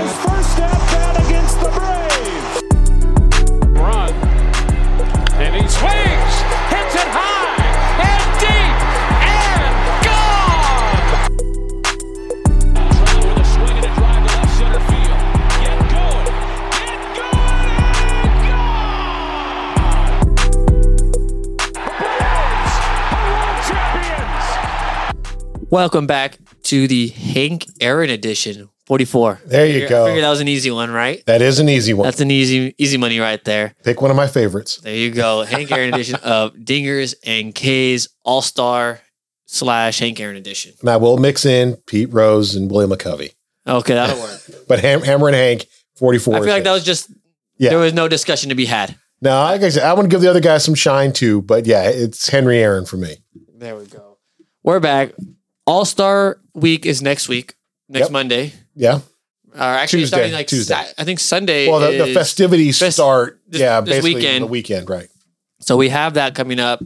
step and against the Braves. Run. And he swings, hits it high and deep and gone. Trout with a swing and a drive to left center field. Get going. Get going and gone. Braves are world champions. Welcome back to the Hank Aaron edition, 44. There you I go. figured that was an easy one, right? That is an easy one. That's an easy easy money right there. Pick one of my favorites. There you go. Hank Aaron edition of Dingers and K's All Star slash Hank Aaron edition. And I will mix in Pete Rose and William McCovey. Okay, that'll work. But Ham- Hammer and Hank, 44. I feel is like that it. was just Yeah. there was no discussion to be had. No, like I said, I want to give the other guy some shine too, but yeah, it's Henry Aaron for me. There we go. We're back. All Star Week is next week, next Yep. Monday. Yeah. Or actually, it's Tuesday, starting like Tuesday. Sa- I think Sunday. Well, the, the is- festivities fest- start, this- yeah, this basically weekend. the weekend, right? So we have that coming up,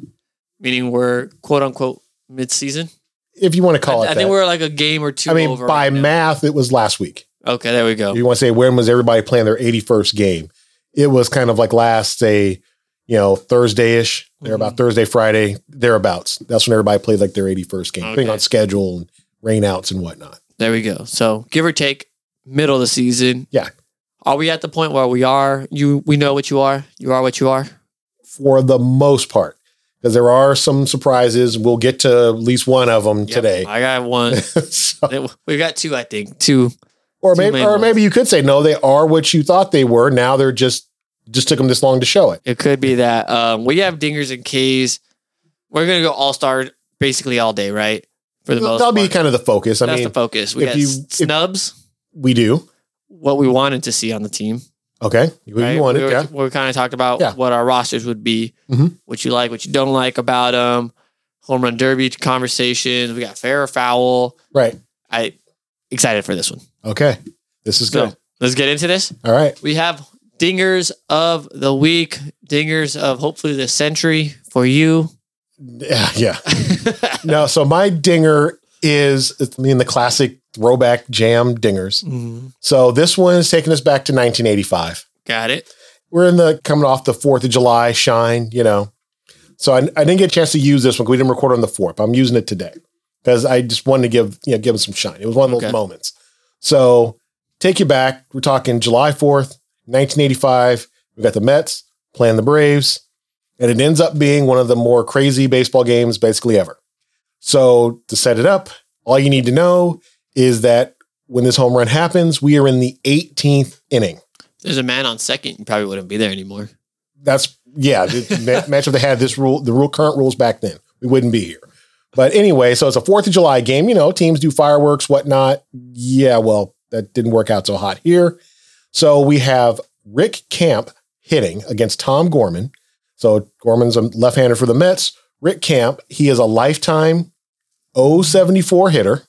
meaning we're quote unquote mid season. If you want to call I, it I that. think we're like a game or two. I mean, over by right now. math, it was last week. Okay, there we If go. you want to say when was everybody playing their 81st game? It was kind of like last, say, you know, Thursday ish. They're Mm-hmm. about Thursday, Friday, thereabouts. That's when everybody played like their 81st game, depending Okay. on schedule and rainouts and whatnot. There we go. So give or take, middle of the season. Yeah. Are we at the point where we are? You, we know what you are. You are what you are. For the most part, because there are some surprises. We'll get to at least one of them today. I got one. So- we got two, I think. Two. or Two maybe, main or ones. maybe you could say no, they are what you thought they were. Now they're just just took them this long to show it. It could be that um, we have dingers and K's. We're gonna go all star basically all day, right? For the most, That'll be part. kind of the focus. I That's mean, the focus. We if got you- s- if- snubs. we do. what we wanted to see on the team. Okay, you, you right? want we it, were- yeah. we kind of talked about Yeah. what our rosters would be, Mhm. what you like, what you don't like about them. Home run derby conversations. We got fair or foul. Right. I excited for this one. Okay, this is So good. let's get into this. All right. We have dingers of the week, dingers of hopefully the century for you. Yeah, yeah. no, so my dinger is it's I mean the classic throwback jam dingers. So this one is taking us back to 1985. Got it. We're in the coming off the 4th of July shine, you know. So I, I didn't get a chance to use this one 'cause we didn't record on the 4th. I'm using it today because I just wanted to give, you know, give it some shine. It was one of Okay. those moments. So take you back. We're talking July 4th, 1985. We got the Mets playing the Braves, and it ends up being one of the more crazy baseball games basically ever. So to set it up, all you need to know is that when this home run happens, we are in the 18th inning. There's a man on second. You probably wouldn't be there anymore. That's yeah. The, match if they had this rule, the rule current rules back then, we wouldn't be here. But anyway, so it's a Fourth of July game. You know, teams do fireworks, whatnot. Yeah, well, that didn't work out so hot here. So we have Rick Camp hitting against Tom Gorman. So Gorman's a left-hander for the Mets. Rick Camp, he is a lifetime 074 hitter.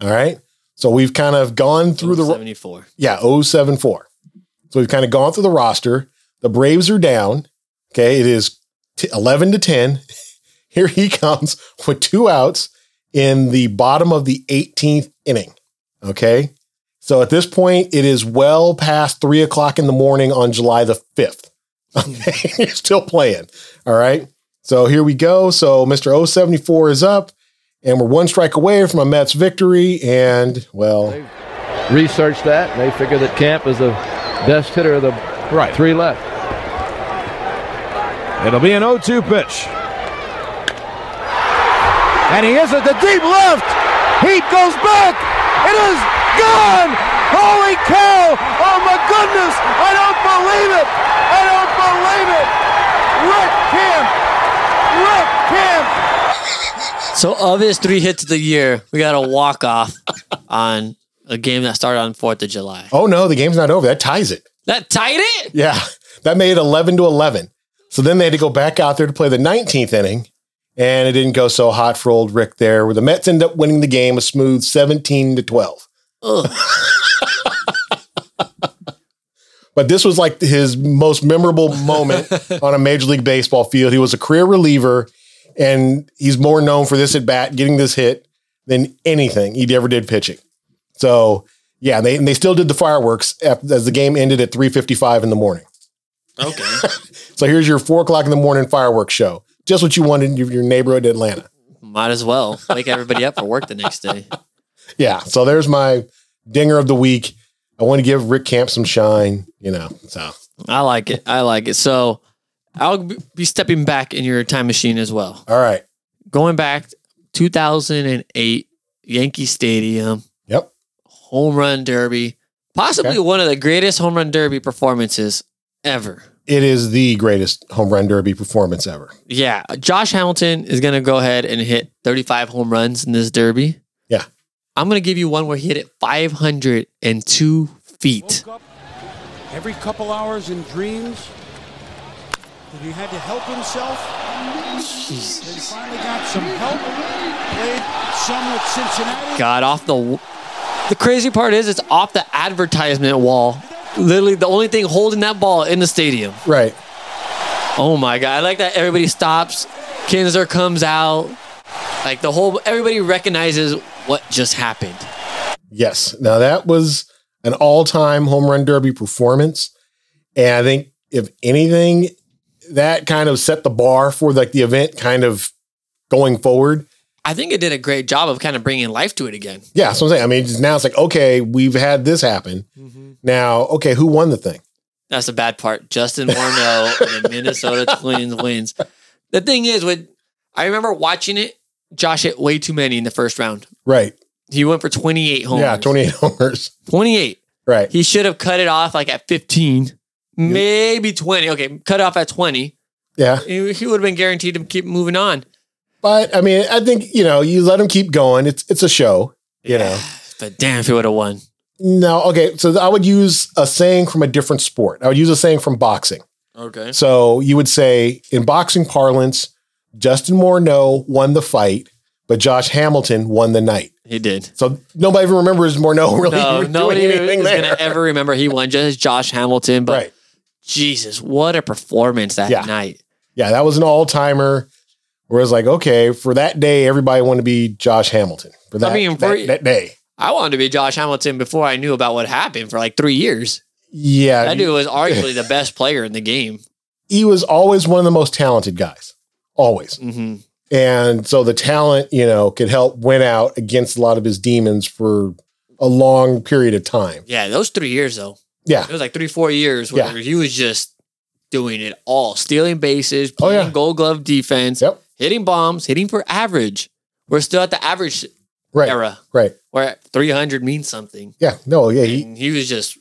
All right. So we've kind of gone through the seventy four. yeah, 074. So we've kind of gone through the roster. The Braves are down. Okay, it is t- 11 to 10. Here he comes with two outs in the bottom of the 18th inning. Okay, so at this point, it is well past three o'clock in the morning on July the 5th. Okay, you're still playing. All right, so here we go. So Mr. 074 is up, and we're one strike away from a Mets victory. And well, researched that, and they figure that Camp is the best hitter of the Right. three left. It'll be an 0 2 pitch. And he is at the deep left. He goes back. It is gone. Holy cow. Oh, my goodness. I don't believe it. I don't believe it. Rick Camp. Rick Camp. So of his three hits of the year, we got a walk off on a game that started on Fourth of July. Oh no, the game's not over. That ties it. That tied it. Yeah. That made it 11 to 11. So then they had to go back out there to play the 19th inning, and it didn't go so hot for old Rick there, where the Mets end up winning the game a smooth 17 to 12. but this was like his most memorable moment on a Major League Baseball field. He was a career reliever, and he's more known for this at bat, getting this hit, than anything he ever did pitching. So Yeah, and they, and they still did the fireworks af- as the game ended at 3.55 in the morning. Okay. So here's your 4 o'clock in the morning fireworks show. Just what you wanted in your, your neighborhood in Atlanta. Might as well wake everybody up for work the next day. Yeah, so there's my dinger of the week. I want to give Rick Camp some shine, you know, so. I like it. I like it. So I'll b- be stepping back in your time machine as well. All right. Going back 2008 Yankee Stadium Yep. home run derby, possibly Okay. one of the greatest home run derby performances ever. It is the greatest home run derby performance ever. Yeah, Josh Hamilton is going to go ahead and hit 35 home runs in this derby. Yeah. I'm going to give you one where he hit it 502 feet. Woke up every couple hours in dreams that he had to help himself. Then he finally got some help. Played some with Cincinnati. got off the. The crazy part is it's off the advertisement wall. Literally the only thing holding that ball in the stadium. Right. Oh my god! I like that everybody stops. Kinzer comes out. Like the whole everybody recognizes what just happened. Yes. Now that was an all-time home run derby performance, and I think if anything, that kind of set the bar for like the event kind of going forward. I think it did a great job of kind of bringing life to it again. Yeah, so I'm saying. I mean, just now it's like okay, we've had this happen. Now, okay, who won the thing? That's the bad part. Justin Morneau and the Minnesota Twins wins. The thing is, with I remember watching it, Josh hit way too many in the first round. Right. He went for 28 homers. Yeah, 28 homers. 28. Right. He should have cut it off like at 15, maybe 20. Okay, cut it off at 20. Yeah. He he would have been guaranteed to keep moving on. But I mean, I think you know, you let them keep going. It's it's a show. You know. But damn, if he would have won. No. Okay. So I would use a saying from a different sport. I would use a saying from boxing. Okay. So you would say, in boxing parlance, Justin Morneau won the fight, but Josh Hamilton won the night. He did. So nobody even remembers Morneau really No, doing nobody anything is going there. to ever remember he won. Just Josh Hamilton. But right. Jesus, what a performance that Yeah. night. Yeah, that was an all timer. Where it's like, okay, for that day, everybody wanted to be Josh Hamilton for that, mean, that, for- that day. I wanted to be Josh Hamilton before I knew about what happened for like three years. Yeah, That dude was arguably the best player in the game. he was always one of the most talented guys, always. hmm And so the talent, you know, could help win out against a lot of his demons for a long period of time. Yeah, those three years though. Yeah, It was like three, four years where Yeah. he was just doing it all, stealing bases, Oh, playing yeah. Gold Glove defense, Yep. hitting bombs, hitting for average. We're still at the average right, era right. where 300 means something. Yeah, no, yeah, he, and he was just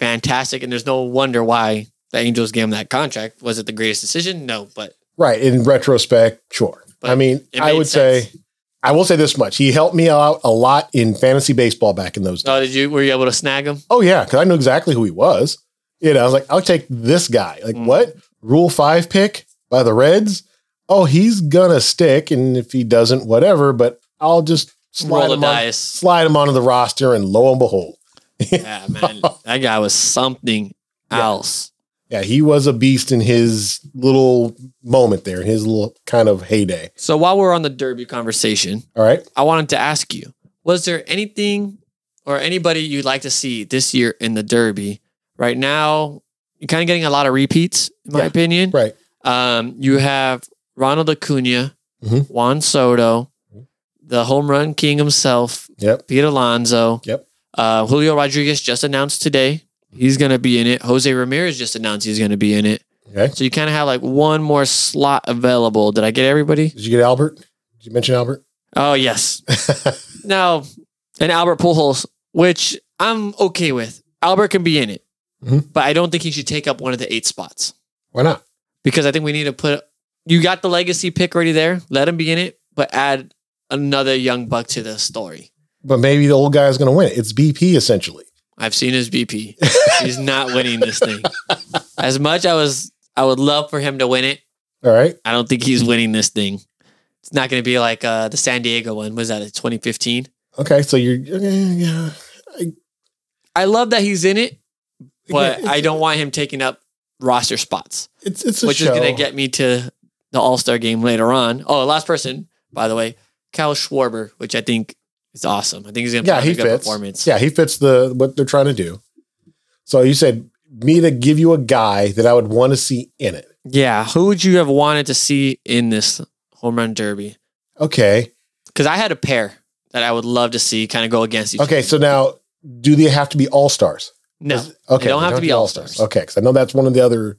fantastic. And there's no wonder why the Angels gave him that contract. Was it the greatest decision? No, but right. In retrospect, sure. But I mean, it I made would sense. say, I will say this much: he helped me out a lot in fantasy baseball back in those days. oh, did you were you able to snag him? Oh yeah, because I knew exactly who he was. You know, I was like, I'll take this guy. Like Mm. what? Rule five pick by the Reds? Oh, he's gonna stick, and if he doesn't, whatever. But I'll just slide Roll the him on, dice. slide him onto the roster, and lo and behold, Yeah, man, that guy was something else. yeah, he was a beast in his little moment there, in his little kind of heyday. So while we're on the Derby conversation, All right. I wanted to ask you: Was there anything or anybody you'd like to see this year in the Derby? Right now, you're kind of getting a lot of repeats, in my Yeah, opinion. Right. Um, you have Ronald Acuna, Mhm. Juan Soto, the home run king himself, Yep. Pete Alonso. Yep. Uh, Julio Rodriguez just announced today he's going to be in it. Jose Ramirez just announced he's going to be in it. Okay. So you kind of have like one more slot available. Did I get everybody? Did you get Albert? Did you mention Albert? Oh yes. now, and Albert Pujols, which I'm okay with. Albert can be in it, Mhm. but I don't think he should take up one of the eight spots Why not? because I think we need to put. You got the legacy pick already there. Let him be in it, but add another young buck to the story. But maybe the old guy is going to win it. It's BP essentially. I've seen his BP. He's not winning this thing. As much I was, I would love for him to win it. All right. I don't think he's winning this thing. It's not going to be like uh, the San Diego one. Was that 2015? Okay. So you're yeah. I love that he's in it, but I don't want him taking up roster spots, It's it's a which show. is going to get me to the All Star game later on. Oh, last person, by the way, Kyle Schwarber, which I think It's awesome. I think he's gonna Yeah, put on he a good fits. performance. Yeah, he fits the what they're trying to do. So you said me to give you a guy that I would want to see in it. Yeah, who would you have wanted to see in this home run derby? Okay. Because I had a pair that I would love to see kind of go against each Okay. So now, do they have to be all stars? No, Okay. they don't they have to be all stars. Okay. Because I know that's one of the other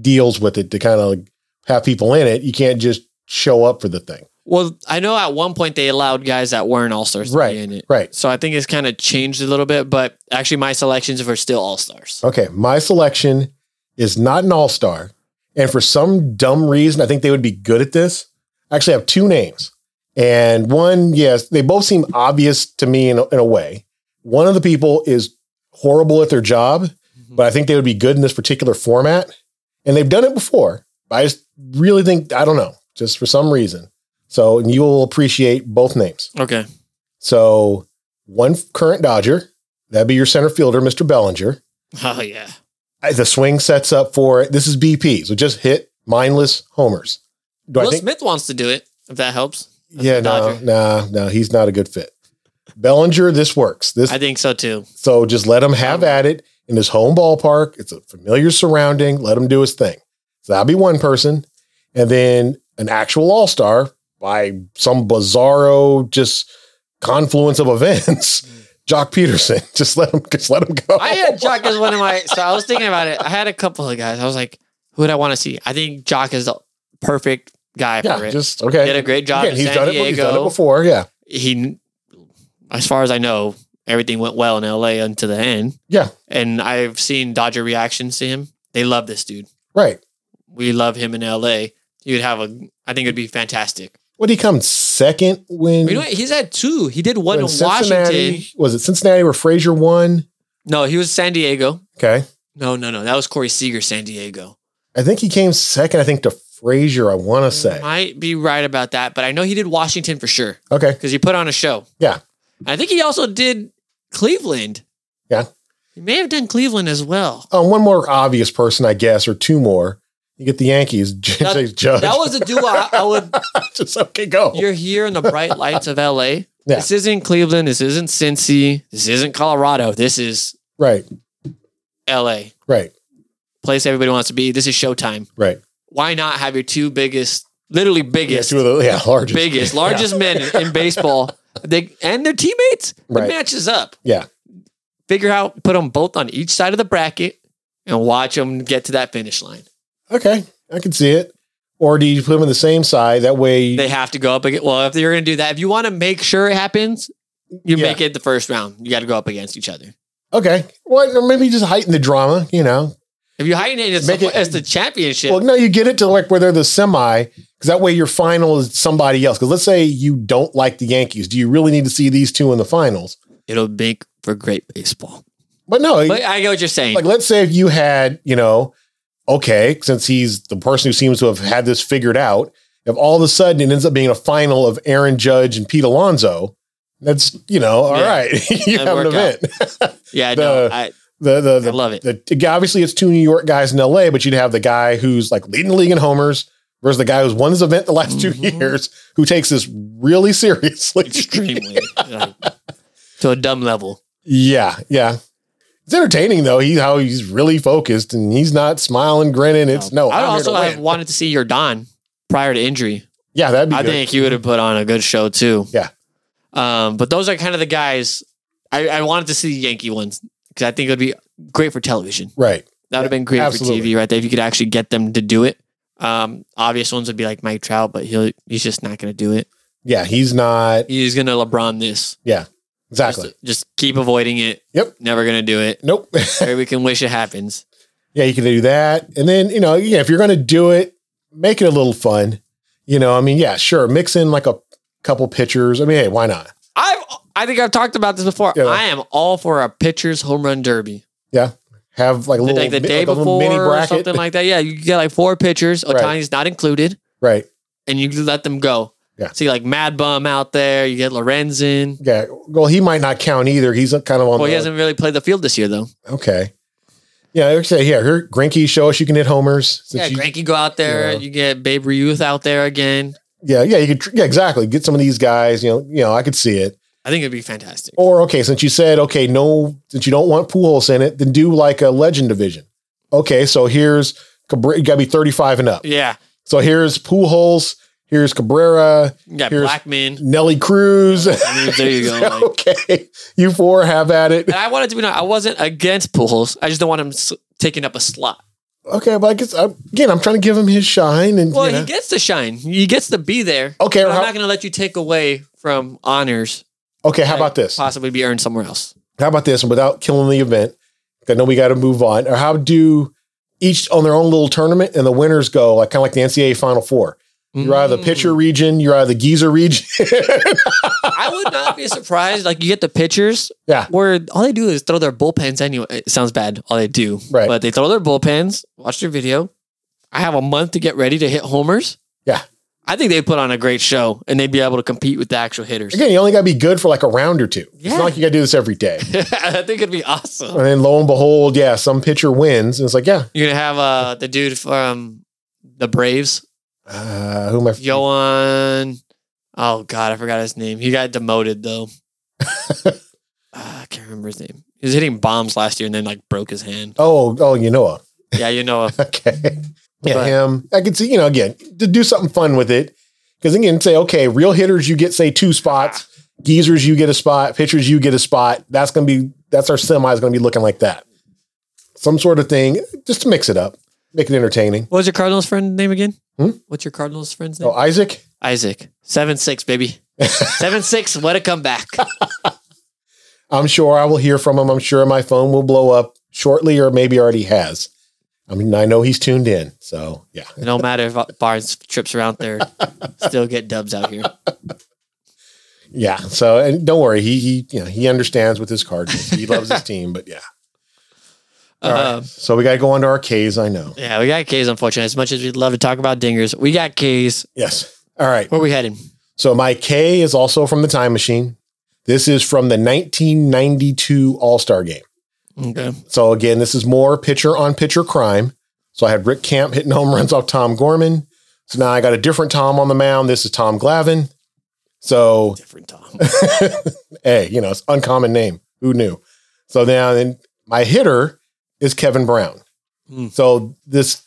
deals with it to kind of like have people in it. You can't just show up for the thing. Well, I know at one point they allowed guys that weren't all stars to Right. be in it. Right. So I think it's kind of changed a little bit, but actually my selections were still all stars. Okay. My selection is not an all star. And for some dumb reason, I think they would be good at this. I actually have two names. And one, yes, they both seem obvious to me in a, in a way. One of the people is horrible at their job, but I think they would be good in this particular format. And they've done it before. I just really think, I don't know, just for some reason. So, and you will appreciate both names. Okay. So, one current Dodger, that'd be your center fielder, Mr. Bellinger Oh yeah. uh, the swing sets up for this is BP, so just hit mindless homers. Do Will I think? Smith wants to do it, if that helps. as yeah, a no, Dodger. no, no, he's not a good fit. Bellinger, this works. This I think so too. so just let him have at it in his home ballpark. It's a familiar surrounding. Let him do his thing. So that'd be one person, and then an actual all star by some bizarro just confluence of events. Jock Peterson, just let him, just let him go. Mm. I had Jock as one of my so I was thinking about it. I had a couple of guys. I was like, who would I want to see? I think Jock is the perfect guy for yeah, it. just okay. Did a great job Again, in he's San done it. He's done it Diego. before. Yeah. he as far as I know, everything went well in LA until the end. Yeah. And I've seen Dodger reactions to him. They love this dude. Right. we love him in LA. He would have a. I think it'd be fantastic. What did he come second when? You know, what? he's had two. He did one when in Cincinnati- Washington. Was it Cincinnati where Frazier won? No, he was San Diego. Okay. No, no, no. That was Corey Seager, San Diego. I think he came second, I think, to Frazier, I want to say. Might be right about that, but I know he did Washington for sure Okay. because he put on a show. Yeah. I think he also did Cleveland. Yeah. He may have done Cleveland as well. Um, one more obvious person, I guess, or two more. You get the Yankees, James Judge. That was a duo I, I would. just okay, go. You're here in the bright lights of LA. Yeah. This isn't Cleveland. This isn't Cincy. This isn't Colorado. This is Right, LA. right, place everybody wants to be. This is showtime. right. Why not have your two biggest, literally Yeah, biggest, two of the yeah, largest. biggest, largest men in baseball? They and their teammates. Right. It matches up. Yeah. Figure out, put them both on each side of the bracket, and watch them get to that finish line. Okay. I can see it. Or do you put them on the same side? That way They have to go up again. Well, if you're going to do that, if you want to make sure it happens, you Yeah. make it the first round. You got to go up against each other. Okay. Well, or maybe just heighten the drama, you know. If you heighten it, it's, Make the, it- it's the championship. Well, no, you get it to like where they're the semi, because that way your final is somebody else. Because let's say you don't like the Yankees, do you really need to see these two in the finals? It'll make for great baseball. But no, But I know what you're saying. like let's say if you had, you know, okay, since he's the person who seems to have had this figured out, if all of a sudden it ends up being a final of Aaron Judge and Pete Alonso, that's you know, all Yeah. right, That'd you have an work out. event. yeah, the- no, I, the the, the love it. the- obviously, it's two New York guys in L.A., but you'd have the guy who's like leading the league in homers versus the guy who's won this event the last two Mm-hmm. years, who takes this really seriously. extremely like, to a dumb level. yeah, yeah. It's entertaining though. He how he's really focused and he's not smiling, grinning. It's no. I Oh, I'm here also to have win. wanted to see your Don prior to injury. Yeah, that'd be I good. think he would have put on a good show too. Yeah. Um, but those are kind of the guys I, I wanted to see the Yankee ones because I think it would be great for television. right. That would have been great Absolutely. for TV right there if you could actually get them to do it. Um, obvious ones would be like Mike Trout, but he'll he's just not going to do it. Yeah, he's not He's going to LeBron this. exactly. Just, just keep avoiding it. Yep. Never going to do it. nope. Maybe we can wish it happens. yeah, you can do that, and then you know, yeah, if you're gonna do it, make it a little fun. You know, I mean, yeah, sure, mix in like a couple pitchers. I mean, hey, why not? I've I think I've talked about this before. Yeah. I am all for a pitcher's home run derby. Have like a little like the mi- day like a little before or something like that. Yeah, you get like four pitchers. Right. Otani's not included, right. and you let them go. Yeah. See like Mad Bum out there. You get Lorenzen. Yeah. Well, he might not count either. He's kind of on. Well, he the, hasn't really played the field this year though. Okay. Yeah, like I say here, here, Grinky, show us you can hit homers. Since Yeah, you- Granky go out there. Yeah. You get Babe Ruth out there again. yeah, yeah, you could. tr- Yeah, exactly. Get some of these guys. You know, you know, I could see it. I think it'd be fantastic. Or okay, since you said okay, no, since you don't want Pujols in it, then do like a legend division. Okay, so here's Cabrera. You got to be thirty-five and up. Yeah. So here's Pujols. Here's Cabrera. You got here's Blackman. Nelly Cruz. I mean, there you go. like- okay, you four have at it. and I wanted to be known. I wasn't against Pujols. I just don't want him s- taking up a slot. Okay, but I guess I'm, again, I'm trying to give him his shine, and Well, you know. he gets to shine. He gets to be there. Okay, But I'm how- not going to let you take away from honors. okay, how that about this? Possibly be earned somewhere else. How about this? And without killing the event, 'cause I know we got to move on. Or how do each on their own little tournament, and the winners go like kind of like the NCAA Final Four. You're out of the Mm. pitcher region. You're out of the geezer region. I would not be surprised. Like you get the pitchers yeah, where all they do is throw their bullpens anyway. It sounds bad. All they do, Right. But they throw their bullpens. Watch their video. I have a month to get ready to hit homers. yeah. I think they put on a great show and they'd be able to compete with the actual hitters. Again, you only got to be good for like a round or two. It's Yeah. not like you got to do this every day. I think it'd be awesome. and then lo and behold, yeah, some pitcher wins, and it's like, yeah, You're gonna have uh the dude from the Braves, uh, who am I? Johan. Oh God, I forgot his name. He got demoted though. Ah, I can't remember his name. He was hitting bombs last year and then like broke his hand. Oh, oh, you know him. Yeah, you know. uh, Okay. Yeah, But- him. I could see, you know, again, to do something fun with it. Because again, say, okay, real hitters, you get say two spots, geezers, you get a spot, pitchers, you get a spot. That's gonna be that's our semi is gonna be looking like that. Some sort of thing, just to mix it up, make it entertaining. What was your Cardinals friend name again? Hmm? What's your Cardinals friend's name? Oh, Isaac. Isaac. Seven six, baby. Seven six. What a comeback! I'm sure I will hear from him. I'm sure my phone will blow up shortly, or maybe already has. I mean, I know he's tuned in, so yeah. no matter if Barnes trips around there, still get dubs out here. Yeah. So, and don't worry, he he you know he understands with his Cardinals. He loves his team, but yeah. All right. Um, So we got to go on to our K's. I know. Yeah, we got K's. Unfortunately, as much as we'd love to talk about dingers, we got K's. Yes. All right. Where we heading? So my K is also from the time machine. This is from the 1992 All Star game. Okay. So again, this is more pitcher on pitcher crime. So I had Rick Camp hitting home runs off Tom Gorman. So now I got a different Tom on the mound. This is Tom Glavine. So Different Tom. hey, you know, it's uncommon name. Who knew? So now then my hitter is Kevin Brown. Hmm. So this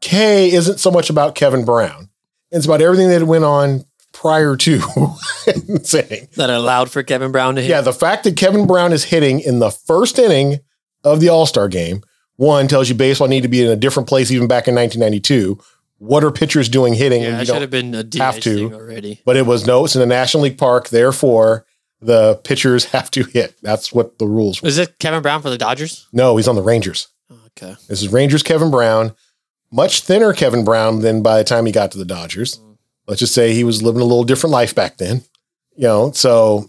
K isn't so much about Kevin Brown. It's about everything that went on prior to saying. that allowed for Kevin Brown to hit. Yeah, the fact that Kevin Brown is hitting in the first inning of the All-Star game, one tells you baseball need to be in a different place even back in 1992. What are pitchers doing hitting? when yeah you I don't- should have been a DH have to. thing already. but it was no, it's in the National League Park. Therefore, the pitchers have to hit. That's what the rules were. Is it Kevin Brown for the Dodgers? No, he's on the Rangers. Okay. This is Rangers Kevin Brown, much thinner Kevin Brown than by the time he got to the Dodgers. Let's just say he was living a little different life back then. You know, so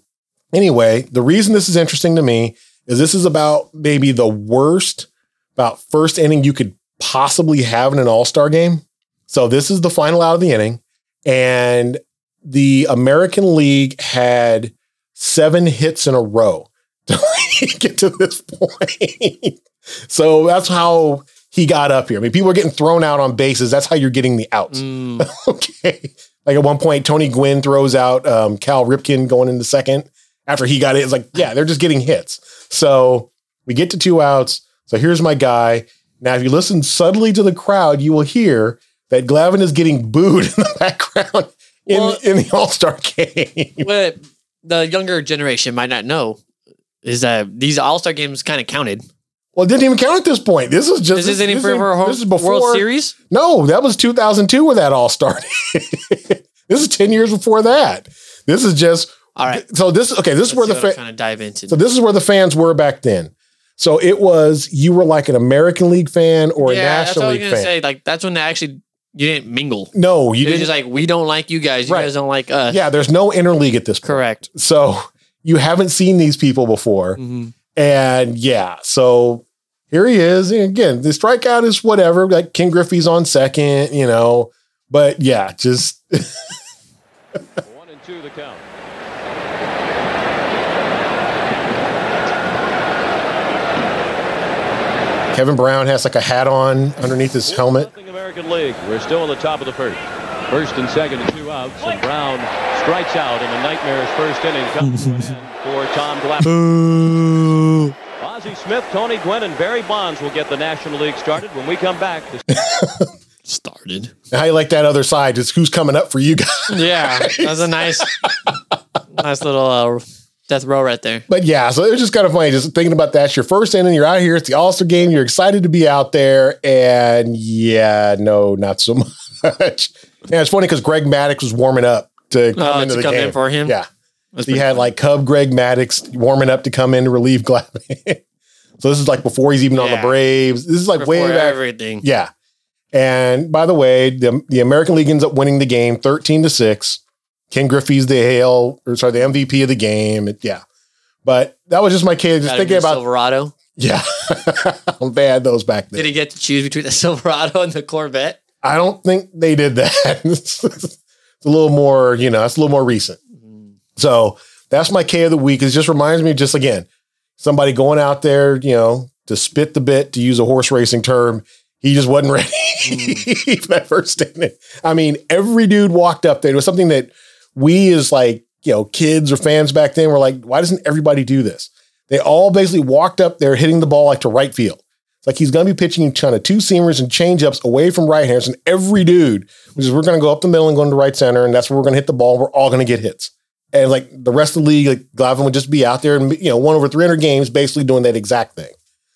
anyway, the reason this is interesting to me is this is about maybe the worst, about first inning you could possibly have in an all star game. So this is the final out of the inning. And the American League had seven hits in a row to get to this point. so that's how he got up here. I mean, people are getting thrown out on bases. That's how you're getting the outs. Mm, Okay. Like at one point, Tony Gwynn throws out um, Cal Ripken going into second after he got it. It's like, yeah, they're just getting hits. So we get to two outs. So here's my guy. Now, if you listen subtly to the crowd, you will hear that Glavin is getting booed in the background in, Well- in the All Star game. what the younger generation might not know is that these All Star games kind of counted. Well, it didn't even count at this point. This is just This isn't even this for is- a home, this is before World Series. No, that was 2002 where that all started. this is 10 years before that. This is just All right. so this okay, this is where the That's what I'm fa- trying to dive into. so this is where the fans were back then. So it was you were like an American League fan or a yeah, that's what National I was League gonna fan. say. Like that's when they actually you didn't mingle. No, you You are didn't. just like we don't like you guys. You Right. guys don't like us. yeah, there's no interleague at this point. Correct. So you haven't seen these people before. Mhm. And yeah, so here he is. And again, the strikeout is whatever. Like Ken Griffey's on second, you know. But yeah, just One and two the count. Kevin Brown has like a hat on underneath his helmet. Nothing American League. We're still on the top of the first. First and second, two outs. And Brown strikes out in a nightmarish first inning comes to an end for Tom Glass. Ozzie Smith, Tony Gwynn, and Barry Bonds will get the National League started when we come back. To- Started. How you like that other side? It's who's coming up for you guys. Yeah, that was a nice, nice little uh, death row right there. But yeah, so it was just kind of funny just thinking about that. It's your first inning, you're out here, it's the All Star game, you're excited to be out there. And yeah, no, not so much. and it's funny because Greg Maddox was warming up to come Oh, into to the come in game. for him? Yeah. That's So you pretty had like Cub Greg Maddox warming up to come in to relieve Glavin. so this is like before he's even on the Yeah. Braves. This is like before way back. everything. Yeah. And by the way, the, the American League ends up winning the game 13 to 6. Ken Griffey's the hail, or sorry, the MVP of the game. It- yeah. But that was just my kid Got just a thinking new about Silverado. yeah. they had those back then. Did he get to choose between the Silverado and the Corvette? I don't think they did that. it's a little more, you know, it's a little more recent. So that's my K of the week. It just reminds me, just again, somebody going out there, you know, to spit the bit, to use a horse racing term. He just wasn't ready for that first inning. I mean, every dude walked up there. It was something that we as like, you know, kids or fans back then were like, why doesn't everybody do this? They all basically walked up there hitting the ball like to right field. It's like he's going to be pitching a ton of two seamers and changeups away from right handers, and every dude, which is we're going to go up the middle and go into right center, and that's where we're going to hit the ball. And we're all going to get hits, and like the rest of the league, like Glavin would just be out there and you know one over three hundred games, basically doing that exact thing.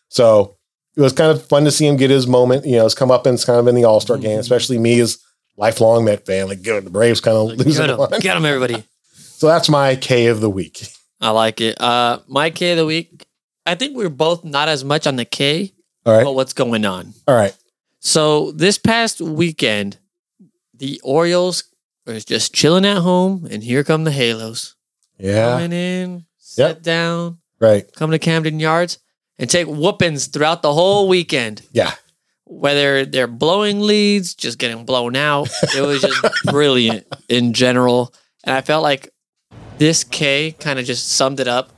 So it was kind of fun to see him get his moment. You know, it's come up and it's kind of in the All Star game, especially me as lifelong Met fan. Like, good, the Braves kind of losing Get him, one. get him, everybody. So that's my K of the week. I like it. Uh, my K of the week. I think we are both not as much on the K, All right, but what's going on? all right. So this past weekend, the Orioles was just chilling at home, and here come the Halos Yeah, coming in, sit Yep. down, right. come to Camden Yards, and take whoopings throughout the whole weekend. Yeah, Whether they're blowing leads, just getting blown out, it was just brilliant in general, and I felt like this K kind of just summed it up.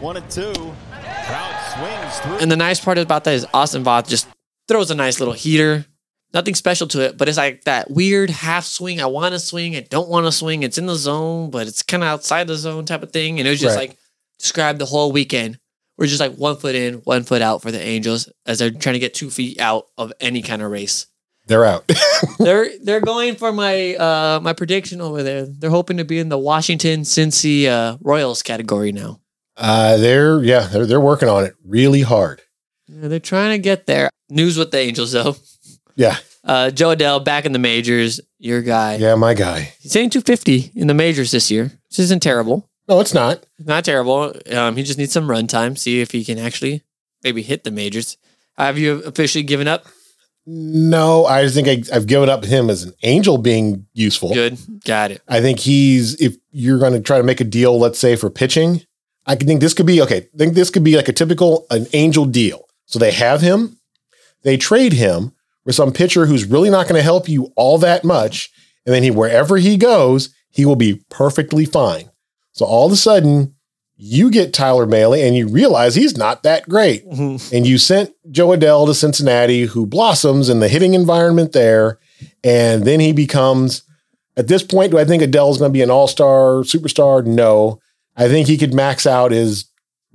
One and two. Trout swings through. And the nice part about that is Austin Voth just throws a nice little heater. Nothing special to it, but it's like that weird half swing. I want to swing. I don't want to swing. It's in the zone, but it's kind of outside the zone type of thing. And it was just Right. like described the whole weekend. We're just like one foot in, one foot out for the Angels as they're trying to get two feet out of any kind of race. they're out. they're they're going for my uh my prediction over there. They're hoping to be in the Washington Cincy uh, Royals category now. Uh, they're yeah, they're they're working on it really hard. Yeah, they're trying to get there. News with the Angels though. Yeah, Uh, Joe Adele back in the majors. Your guy. yeah, my guy. He's hitting 250 in the majors this year, which isn't terrible. No, it's not. Not terrible. Um, he just needs some run time. See if he can actually maybe hit the majors. Have you officially given up? No, I just think I, I've given up him as an angel being useful. Good. Got it. I think he's if you're going to try to make a deal, let's say for pitching, I can think this could be okay. I think this could be like a typical an angel deal. So they have him, they trade him for some pitcher who's really not going to help you all that much, and then he wherever he goes, he will be perfectly fine. So all of a sudden, you get Tyler Maley and you realize he's not that great, and you sent Joe Adell to Cincinnati, who blossoms in the hitting environment there, and then he becomes at this point, do I think Adele's going to be an all star superstar? No. I think he could max out as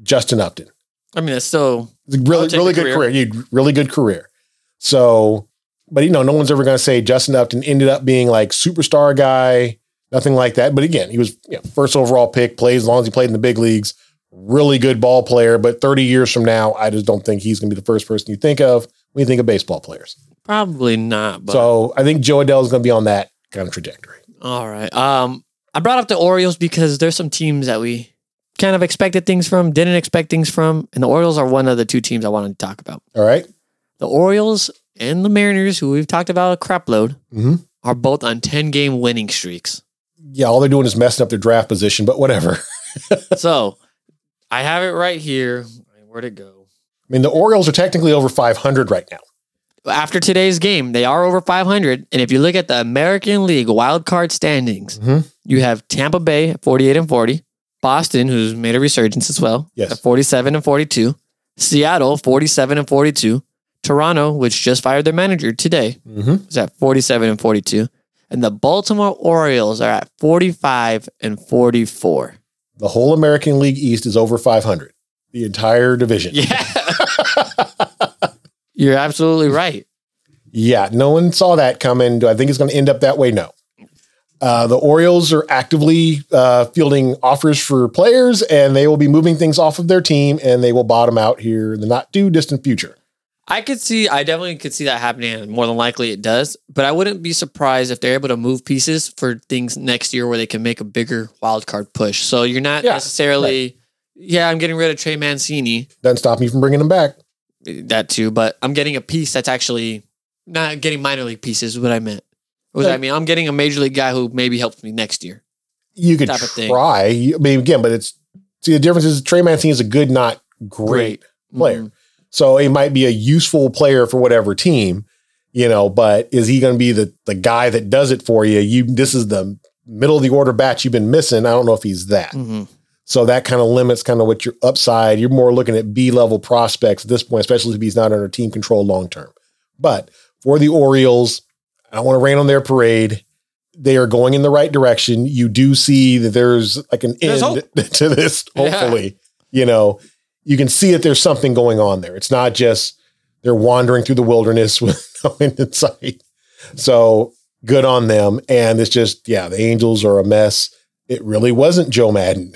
Justin Upton. I mean, that's still It's a really, I'll take really the good career. career. You- Really good career. So, but you know, no one's ever going to say Justin Upton ended up being like superstar guy, nothing like that. But again, he was you know, first overall pick, played as long as he played in the big leagues, really good ball player. But 30 years from now, I just don't think he's going to be the first person you think of when you think of baseball players. probably not. But so I think Joe Adele is going to be on that kind of trajectory. all right. Um, I brought up the Orioles because there's some teams that we kind of expected things from, didn't expect things from, and the Orioles are one of the two teams I wanted to talk about. All right. the Orioles and the Mariners, who we've talked about a crapload, Mhm. are both on 10 game winning streaks. yeah, all they're doing is messing up their draft position, but whatever. I so I have it right here. Where'd it go? mean, the Orioles are technically over 500 right now. After today's game, they are over 500. And if you look at the American League wild card standings, Mhm. you have Tampa Bay at 48 and 40, Boston, who's made a resurgence as well, Yes. at 47 and 42, Seattle, 47 and 42, Toronto, which just fired their manager today, Mm-hmm. is at 47 and 42. and the Baltimore Orioles are at 45 and 44. The whole American League East is over 500. The entire division. Yeah. You're absolutely right. Yeah, no one saw that coming. Do I think it's going to end up that way? No. Uh, the Orioles are actively uh, fielding offers for players, and they will be moving things off of their team, and they will bottom out here in the not too distant future. I could see, I definitely could see that happening, and more than likely it does. But I wouldn't be surprised if they're able to move pieces for things next year where they can make a bigger wild card push. So you're not Yeah, necessarily, yeah, I'm getting rid of Trey Mancini, Doesn't stop me from bringing them back. that too, but I'm getting a piece that's actually not getting minor league pieces, is what I meant. What Yeah. I mean, I'm getting a major league guy who maybe helps me next year. You could Type of thing. try. You- I mean, again, but it's see the difference is Trey Mancini is a good, not great. player. Mhm. So it might be a useful player for whatever team, you know, but is he going to be the the guy that does it for you? You this is the middle of the order batch you've been missing. I don't know if he's that. Mhm. So that kind of limits kind of what your upside. You're more looking at B level prospects at this point, especially if he's not under team control long term. But for the Orioles, I don't want to rain on their parade. They are going in the right direction. You do see that there's like an There's end to this, Yeah. hopefully. You know, you can see that there's something going on there. It's not just they're wandering through the wilderness with no end in sight. So good on them. And it's just, yeah, the Angels are a mess. It really wasn't Joe Madden.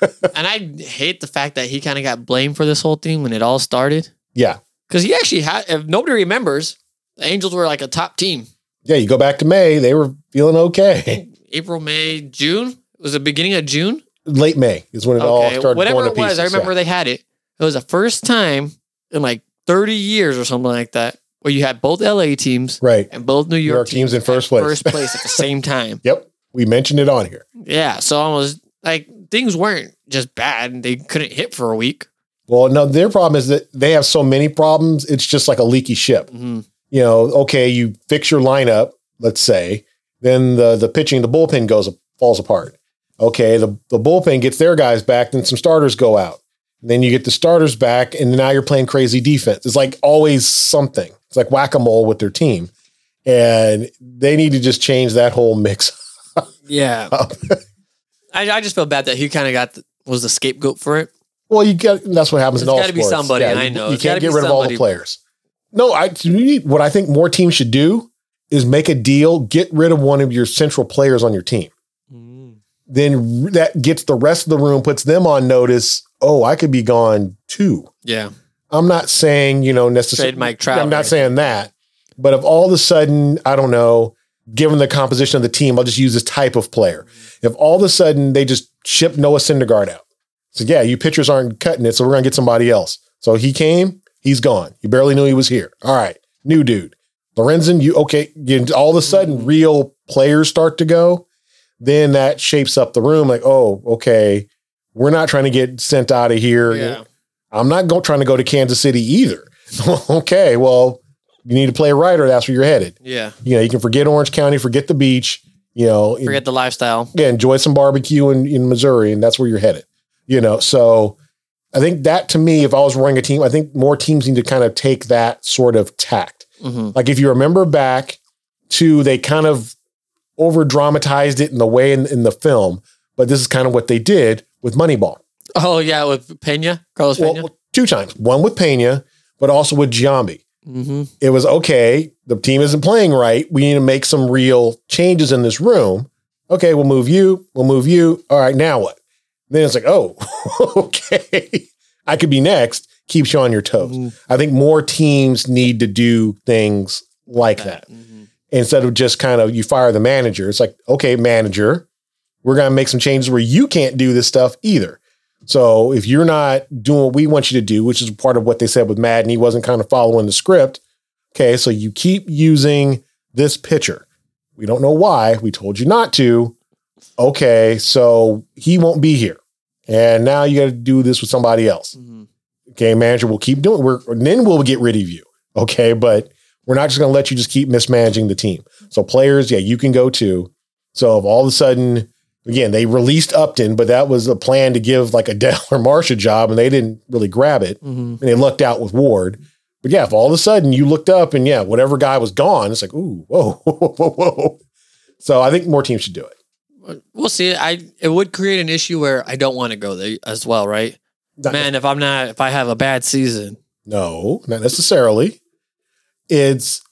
and I hate the fact that he kind of got blamed for this whole thing when it all started. yeah. Because he actually had, if nobody remembers, the Angels were like a top team. Yeah, you go back to May, they were feeling okay. April, May, June. It was the beginning of June. Late May is when it all Okay. started Whatever going to it was, pieces. I remember they had it. It was the first time in like 30 years or something like that where you had both LA teams Yeah. Right. and both New York, York teams in at first place. First place at the same time. Yep. We mentioned it on here. Yeah. So I was like, things weren't just bad. and They couldn't hit for a week. Well, no, their problem is that they have so many problems. It's just like a leaky ship. Mhm. You know, okay, you fix your lineup, let's say, then the the pitching, the bullpen goes falls apart. Okay, the, the bullpen gets their guys back, then some starters go out. then you get the starters back, and now you're playing crazy defense. It's like always something. It's like whack a mole with their team, and they need to just change that whole mix. Yeah. up. I, I just felt bad that he kind of got, the, was the scapegoat for it. Well, you got that's what happens in There's all gotta be sports. somebody, I you- know. You There's can't gotta get be rid of all the somebody. players. No, I to me, what I think more teams should do is make a deal, get rid of one of your central players on your team. Then r- that gets the rest of the room, puts them on notice. Oh, I could be gone too. Yeah. I'm not saying, you know, necessarily Trade Mike Trout, I'm not right? saying that. But if all of a sudden, I don't know, given the composition of the team, I'll just use this type of player. If all of a sudden they just ship Noah Syndergaard out. So yeah, you pitchers aren't cutting it, so we're gonna get somebody else. So he came, he's gone. You barely knew he was here. All right, new dude. Lorenzen, you okay, you, all of a sudden Mm-hmm. real players start to go, then that shapes up the room like, oh, okay, we're not trying to get sent out of here. Yeah. I'm not go- trying to go to Kansas City either. okay, well, you need to play right or that's where you're headed. Yeah. You know, you can forget Orange County, forget the beach, you know, Forget the lifestyle. yeah, enjoy some barbecue in, in Missouri, and that's where you're headed. You know, so I think that to me, if I was running a team, I think more teams need to kind of take that sort of tact. Mhm. Like if you remember back to they kind of over dramatized it in the way in, in the film, but this is kind of what they did with Moneyball. Oh yeah, with Pena, Carlos Pena. Well, two times, one with Pena, but also with Giambi. mm-hmm. It was okay, the team isn't playing right. We need to make some real changes in this room. Okay, we'll move you, we'll move you. All right, now what? Then it's like, oh, okay, I could be next. Keeps you on your toes. I think more teams need to do things like that instead of just kind of you fire the manager. It's like, okay, manager, we're going to make some changes where you can't do this stuff either. So if you're not doing what we want you to do, which is part of what they said with Madden, he wasn't kind of following the script. Okay, so you keep using this pitcher. We don't know why. We told you not to. Okay, so he won't be here. And now you got to do this with somebody else. Okay, manager, we'll keep doing we're and then we'll get rid of you. Okay, but we're not just gonna let you just keep mismanaging the team. So players, yeah, you can go too. So if all of a sudden, again, they released Upton, but that was a plan to give like Adele or Marsh a job, and they didn't really grab it. mm-hmm. And they lucked out with Ward. But yeah, if all of a sudden you looked up and yeah, whatever guy was gone, it's like, ooh, whoa, whoa, whoa, whoa. So I think more teams should do it. We'll see. I it would create an issue where I don't want to go there as well, right? Not- Man, if I'm not, if I have a bad season, No, not necessarily. It's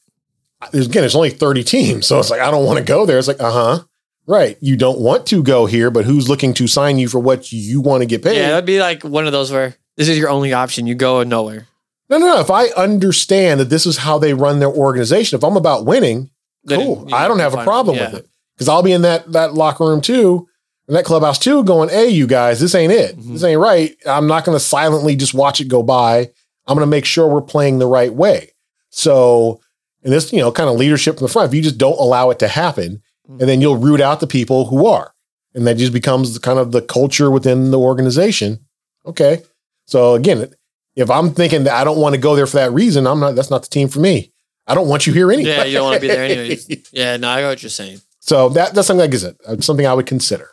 there's again, there's only 30 teams, so it's like I don't want to go there. It's like, uh-huh. Right. You don't want to go here, but who's looking to sign you for what you want to get paid? yeah, that'd be like one of those where this is your only option. You go nowhere. No, no, no. If I understand that this is how they run their organization, if I'm about winning, Then cool. you I don't can have a find- problem yeah. with it because I'll be in that that locker room too, in that clubhouse too, going, "Hey, you guys, this ain't it. Mm-hmm. This ain't right. I'm not going to silently just watch it go by. I'm going to make sure we're playing the right way." So, and this, you know, kind of leadership from the front. If you just don't allow it to happen, Mm. and then you'll root out the people who are, and that just becomes the, kind of the culture within the organization. Okay, so again. If I'm thinking that I don't want to go there for that reason, I'm not. That's not the team for me. I don't want you here anyway. Yeah, you don't want to be there anyways. yeah, no, I know what you're saying. So that that's something like is it uh, something I would consider.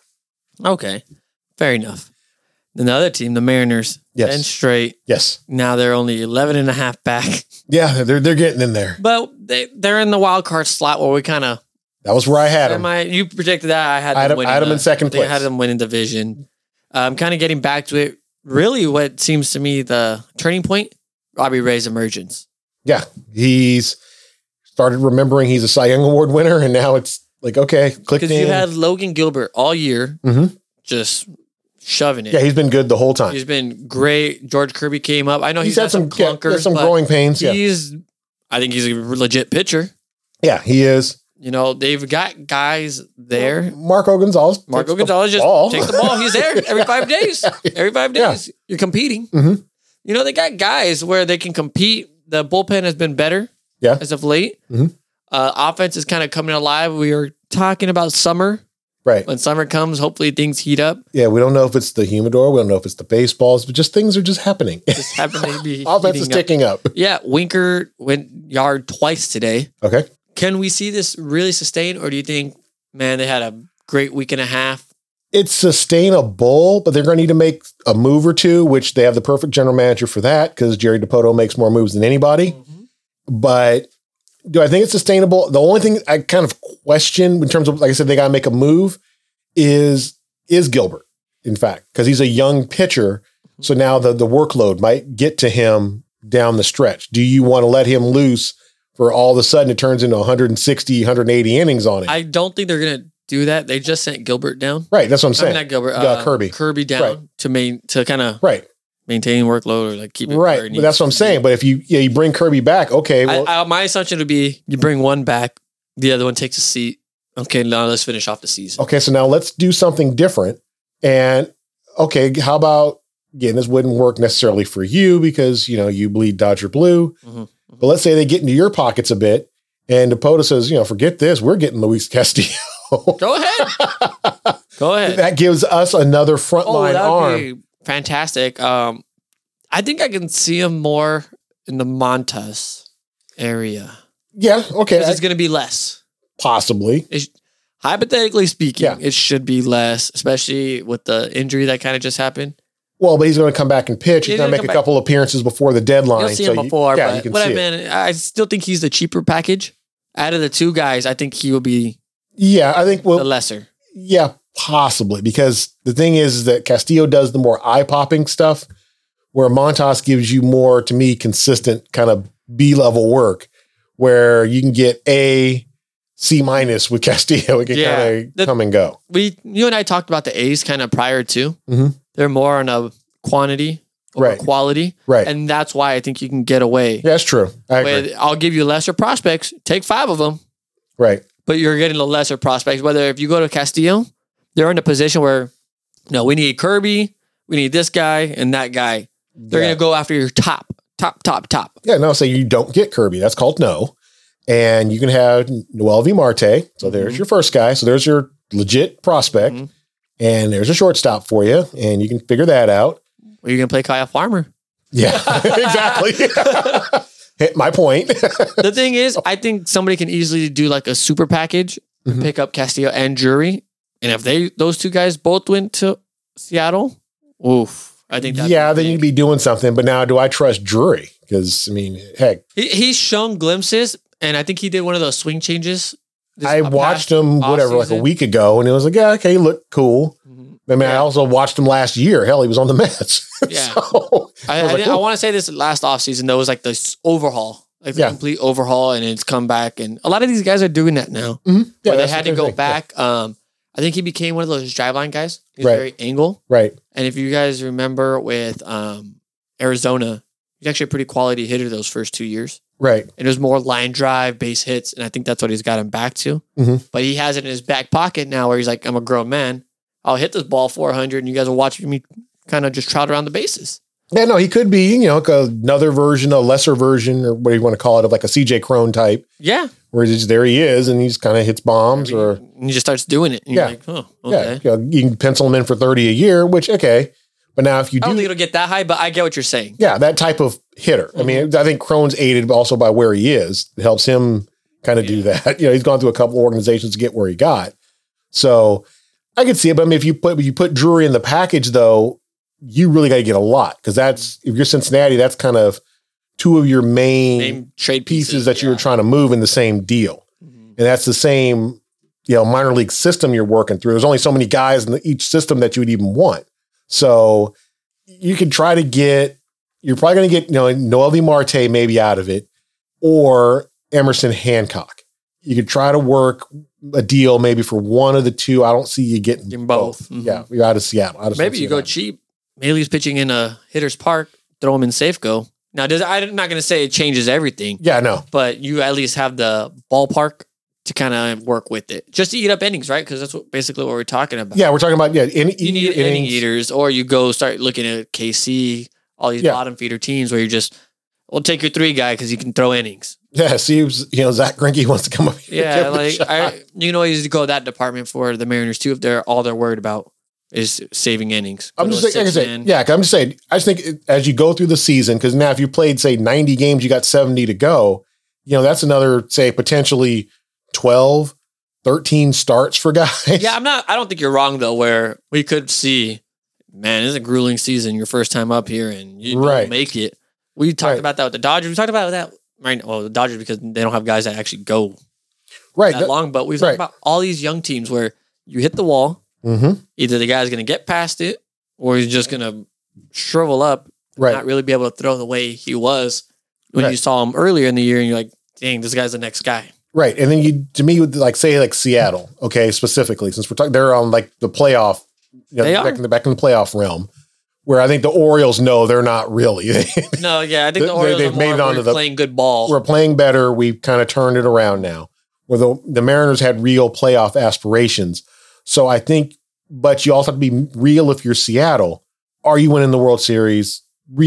Okay, fair enough. Then the other team, the Mariners, Yes. and straight. Yes. Now they're only 11 and a half back, Yeah, they're they're getting in there. but they they're in the wild card slot where we kind of That was where I had them. I, you predicted that. I had I had them them- I had them the- in second I think I place. had them winning division. Um, kind of getting back to it. Really, what seems to me the turning point: Robbie Ray's emergence. Yeah, he's started remembering he's a Cy Young Award winner, and now it's like okay, click Because in. you had Logan Gilbert all year, Mhm. just shoving it. yeah, he's been good the whole time. he's been great. George Kirby came up. I know he's, he's had some yeah, clunkers, yeah, some but growing pains. Yeah, he's. I think he's a legit pitcher. yeah, he is. You know, they've got guys there. Marco Gonzalez. Marco takes the Gonzalez just ball. takes the ball. He's there every five days. Every five Yeah. days, you're competing. Mhm. You know, they got guys where they can compete. The bullpen has been better, Yeah. as of late. Mhm. Uh, offense is kind of coming alive. We are talking about summer. right. When summer comes, hopefully things heat up. Yeah, we don't know if it's the humidor. We don't know if it's the baseballs, but just things are just happening. Just happen to be Offense heating is up. ticking up. Yeah, Winker went yard twice today. Okay. Can we see this really sustain, or do you think, man, they had a great week and a half? it's sustainable, but they're going to need to make a move or two, which they have the perfect general manager for that because Jerry DePoto makes more moves than anybody. Mm-hmm. But do I think it's sustainable? The only thing I kind of question in terms of, like I said, they got to make a move is is Gilbert, in fact, because he's a young pitcher. Mm-hmm. So now the the workload might get to him down the stretch. Do you want to let him loose for all of a sudden it turns into 160, 180 innings on him? I don't think they're gonna do that. They just sent Gilbert down. right, that's what I'm I mean, saying. not Gilbert. Yeah, uh, Kirby. Kirby down Right. to main to kind of right. maintain workload or like keep it where it right but needs that's what i'm to be. saying but if you yeah you bring kirby back okay well, I, I, my assumption would be you bring one back, the other one takes a seat. Okay, now let's finish off the season. okay so now let's do something different and okay how about again this wouldn't work necessarily for you because you know you bleed dodger blue Mhm. but let's say they get into your pockets a bit and depoto says you know forget this we're getting luis castillo Go ahead. Go ahead. Oh, that gives us another frontline that arm would be fantastic. Um, I think I can see him more in the Montas area. yeah okay 'Cause I- it's going to be less. possibly It's, hypothetically speaking, Yeah. it should be less, especially with the injury that kind of just happened. well but he's going to come back and pitch he's, He's going gonna to come make a back. couple appearances before the deadline You'll see him so you- before, yeah, you but can what I see it. mean, I still think he's the cheaper package. Out of the two guys, I think he will be yeah i think we'll the lesser. Yeah, possibly. Because the thing is that Castillo does the more eye popping stuff, where Montas gives you more, to me, consistent kind of B level work, where you can get A, C minus with Castillo. It can Yeah. kind of The- come and go. We, you and I talked about the A's kind of prior to. Mhm. They're more on a quantity over Right. quality, Right. and that's why I think you can get away. yeah, that's true. I agree. with I'll give you lesser prospects. Take five of them, right. but you're getting the lesser prospects. Whether if you go to Castillo, they're in a position where no, we need Kirby, we need this guy and that guy. They're Yeah. gonna go after your top, top, top, top. Yeah, no, so you don't get Kirby. That's called no. And you can have Noel V. Marte. So Mm-hmm. there's your first guy. So there's your legit prospect. Mhm. And there's a shortstop for you. And you can figure that out. Or you're gonna play Kyle Farmer. Yeah, exactly. Hit my point. the thing is, I think somebody can easily do like a super package and Mhm. pick up Castillo and Jury. And if they those two guys both went to Seattle, oof. I think that yeah, then you'd be doing something. But now, do I trust Drury? Because I mean, heck, he, he's shown glimpses, and I think he did one of those swing changes this I past watched him whatever like a offseason? week ago, and it was like, yeah, okay, he looked cool. Mm-hmm. I mean, I also watched him last year. Hell, he was on the Mets. Yeah. so, I, I, was like, didn't- I "Ooh." want to say this last offseason, though, was like this overhaul, like the Yeah. complete overhaul, and it's come back. And a lot of these guys are doing that now. Mhm. Yeah, where they that's had the to same go thing. Yeah. back. Um, I think he became one of those driveline guys. He was Right. very angle. Right. And if you guys remember with um, Arizona, he's actually a pretty quality hitter those first two years. Right. And it was more line drive, base hits, and I think that's what he's got him back to. Mhm. But he has it in his back pocket now, where he's like, "I'm a grown man. I'll hit this ball 400, and you guys will watch me kind of just trot around the bases." Yeah, no, he could be, you know, like another version, a lesser version, or what do you want to call it, of like a CJ Crone type, Yeah, where he's, there he is and he's kind of hits bombs or, and he just starts doing it. And Yeah. you're like, "Oh, okay." yeah, you, know, you can pencil him in for 30 a year, which, okay. But now if you I don't do, think it'll get that high, but I get what you're saying. yeah, that type of hitter. I mean, I think Crone's aided also by where he is. It helps him kind of do that. You know, he's gone through a couple organizations to get where he got. So I could see it. But I mean, if you put, you put Drury in the package though, you really got to get a lot because that's, if you're Cincinnati, that's kind of two of your Name trade pieces pieces, that you were trying to move in the same deal. Mm-hmm. And that's the same, you know, minor league system you're working through. There's only so many guys in the, each system that you would even want. So you could try to get, you're probably going to get, you know, Noel V. Marte maybe out of it or Emerson Hancock. You could try to work a deal maybe for one of the two. I don't see you getting Getting both. Mhm. Yeah, you're out of Seattle. I just don't Maybe see you it go happening. cheap. Maley's pitching in a hitter's park. Throw him in Safeco. Now, does I'm not going to say it changes everything, Yeah, no. but you at least have the ballpark to kind of work with it, just to eat up innings, right? Because that's what, basically what we're talking about. Yeah, we're talking about, yeah, in, you need inning innings. eaters, or you go start looking at KC, all these Yeah. bottom feeder teams where you're just, we'll take your three guy because you can throw innings. Yeah, see, it was- you know, Zach Greinke wants to come up here. and Yeah, give it a like shot. I, you can always go that department for the Mariners too if they're all they're worried about is saving innings. I'm Go just to a like, like I six-man. said, yeah, 'cause I'm just saying, I just think it- as you go through the season, because now if you played, say, 90 games, you got 70 to go, you know, that's another, say, potentially 12, 13 starts for guys. Yeah, I'm not. I don't think you're wrong though. Where we could see, man, it's a grueling season. Your first time up here, and you Right. don't make it. We talked Right. about that with the Dodgers. We talked about that right. Well, the Dodgers because they don't have guys that actually go right. that long. But we talked right. about all these young teams where you hit the wall. hmm Either the guy's going to get past it, or he's just going to shrivel up, Right. not really be able to throw the way he was when Right. you saw him earlier in the year, and you're like, dang, this guy's the next guy. Right. And then you, to me, would like say like Seattle, okay, specifically, since we're talking, they're on like the playoff, you know, They back are. in the back in the playoff realm, where I think the Orioles know they're not really. No, yeah, I think They- the they- Orioles they've are made more it onto we're the- playing good ball. we're playing better. We kind of turned it around now. Where the, the Mariners had real playoff aspirations. So I think, but you also have to be real if you're Seattle. Are you winning the World Series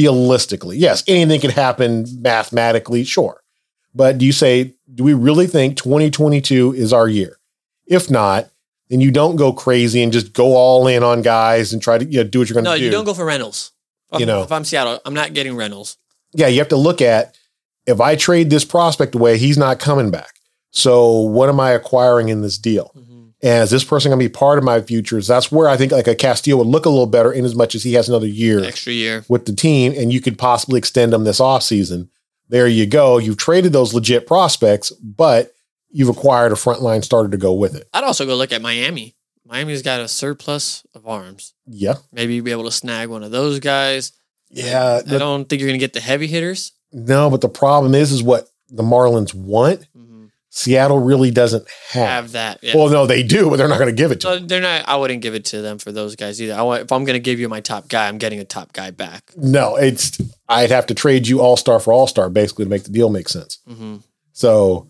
realistically? Yes, anything could happen mathematically, sure. But do you say, do we really think 2022 is our year? If not, then you don't go crazy and just go all in on guys and try to you know, do what you're going to No, do. you don't go for Reynolds. If You I'm- know. if I'm Seattle, I'm not getting Reynolds. yeah, you have to look at if I trade this prospect away, he's not coming back. So what am I acquiring in this deal? Mm-hmm. And is this person going to be part of my futures? That's where I think like a Castillo would look a little better in as much as he has another year Extra year. with the team and you could possibly extend them this offseason. There you go. You've traded those legit prospects, but you've acquired a frontline starter to go with it. I'd also go look at Miami. Miami's got a surplus of arms. Yeah. Maybe you'd be able to snag one of those guys. Yeah. I don't think you're going to get the heavy hitters. no, but the problem is, is what the Marlins want. Mm-hmm. Seattle really doesn't have. Have that. Yeah. Well, no, they do, but they're not going to give it to So they're not. I wouldn't give it to them for those guys either. I want, if I'm going to give you my top guy, I'm getting a top guy back. No, it's I'd have to trade you all star for all star basically to make the deal make sense. Mhm. So,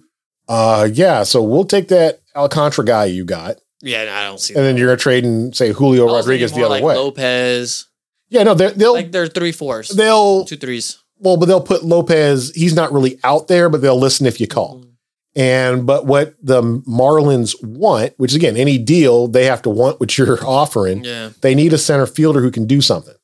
uh, yeah, so we'll take that Alcantara guy you got, Yeah, no, I don't see and that. then you're gonna trade and say Julio I was Rodriguez thinking the other Oh, more like way. Lopez, yeah, no, they're- they'll like they're three fours, they'll two threes. well, but they'll put Lopez. He's not really out there, but they'll listen if you call. Mm. And but what the Marlins want, which is again any deal, they have to want what you're offering. Yeah, They need a center fielder who can do something,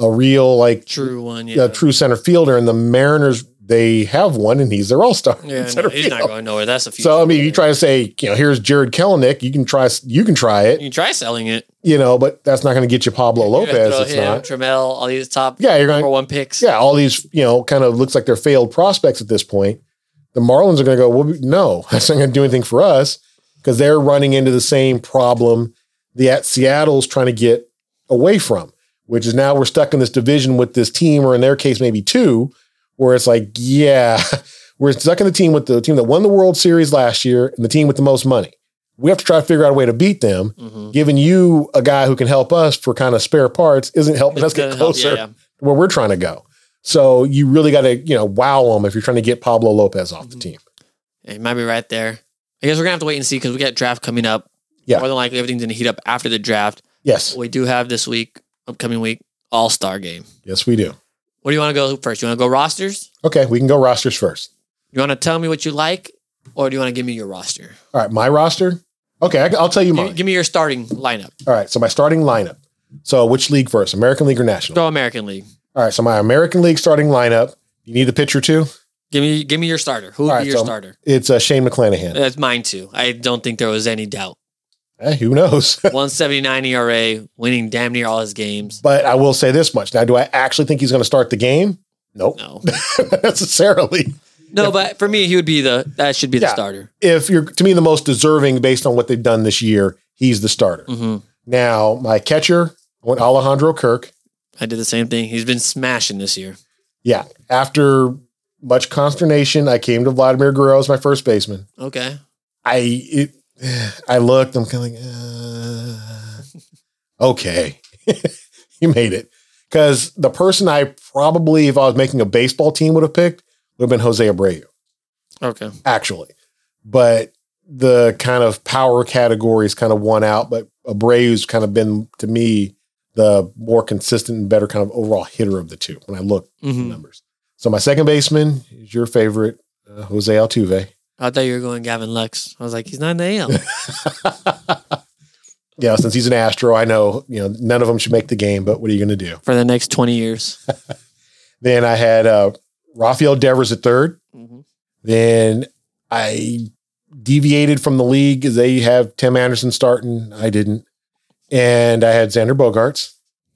a real like true one. Yeah, a true center fielder, and the Mariners they have one, and he's their all star. yeah. No, he's not going nowhere. That's a few. So I mean, you try to say, you know, here's Jared Kelenic. You can try, you can try you it, can try selling it. you know, but that's not going to get you Pablo You're gonna Lopez. throw It's him, not. Trammell, all these top Yeah, you're number going. one picks. Yeah, all these, you know, kind of looks like they're failed prospects at this point. The Marlins are going to go. Well, no, that's not going to do anything for us. because they're running into the same problem that Seattle's trying to get away from, which is now we're stuck in this division with this team, or in their case, maybe two, where it's like, yeah, we're stuck in the team with the team that won the World Series last year and the team with the most money. We have to try to figure out a way to beat them. Mm-hmm. Giving you a guy who can help us for kind of spare parts isn't helping us It's get gonna help- closer yeah, yeah. to where we're trying to go. So you really got to, you know, wow them if you're trying to get Pablo Lopez off the Mm-hmm. team. Yeah, You might be right there. I guess we're gonna have to wait and see because we got draft coming up. Yeah. More than likely, everything's gonna heat up after the draft. Yes. We do have this week, upcoming week, All Star game. Yes, we do. Where do you want to go first? You want to go rosters? Okay, we can go rosters first. You want to tell me what you like, or do you want to give me your roster? All right, my roster. Okay, I, will tell you Give, mine. give me your starting lineup. All right, so my starting lineup. So which league first, American League or National? Go American League. All right, so my American League starting lineup. You need the pitcher too. Give me give me your starter. Who would All be right, your so starter? It's uh, Shane McClanahan. That's mine too. I don't think there was any doubt. Eh, who knows? 179 ERA, winning damn near all his games. but I will say this much. Now, do I actually think he's going to start the game? Nope, No, necessarily. no, but for me, he would be the that should be the starter. If you're to me the most deserving based on what they've done this year, he's the starter. Mhm. Now, my catcher I went Alejandro Kirk. I did the same thing. He's been smashing this year. Yeah. After much consternation, I came to Vladimir Guerrero as my first baseman. Okay, I it, I looked. I'm kind of like, uh, okay, you made it. Because the person I probably, if I was making a baseball team, would have picked would have been Jose Abreu, okay. actually. But the kind of power categories kind of won out. But Abreu's kind of been to me the more consistent and better kind of overall hitter of the two when I look at the Mhm. numbers. So my second baseman is your favorite, uh, Jose Altuve. I thought you were going Gavin Lux. I was like, he's not in the AL. yeah, since he's an Astro, I know you know none of them should make the game, but what are you going to do? for the next 20 years. Then I had uh, Rafael Devers at 3rd Mhm. Then I deviated from the league. They have Tim Anderson starting. I didn't, and I had Xander Bogarts.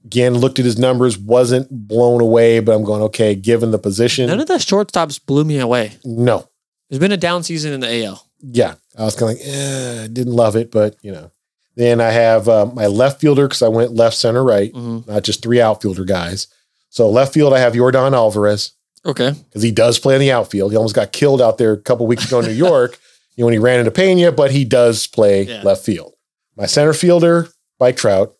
Again, looked at his numbers, wasn't blown away, but I'm going okay. Given the position, None of the shortstops blew me away. no, There's been a down season in the AL. yeah, I was kind of like, eh, didn't love it, but you know. Then I have uh, my left fielder because I went left, center, right. Mhm. not just three outfielder guys. So left field, I have Jordan Alvarez Okay. because he does play in the outfield. He almost got killed out there a couple weeks ago in New York, you know, when he ran into Pena, but he does play Yeah. left field. My center fielder, Mike Trout,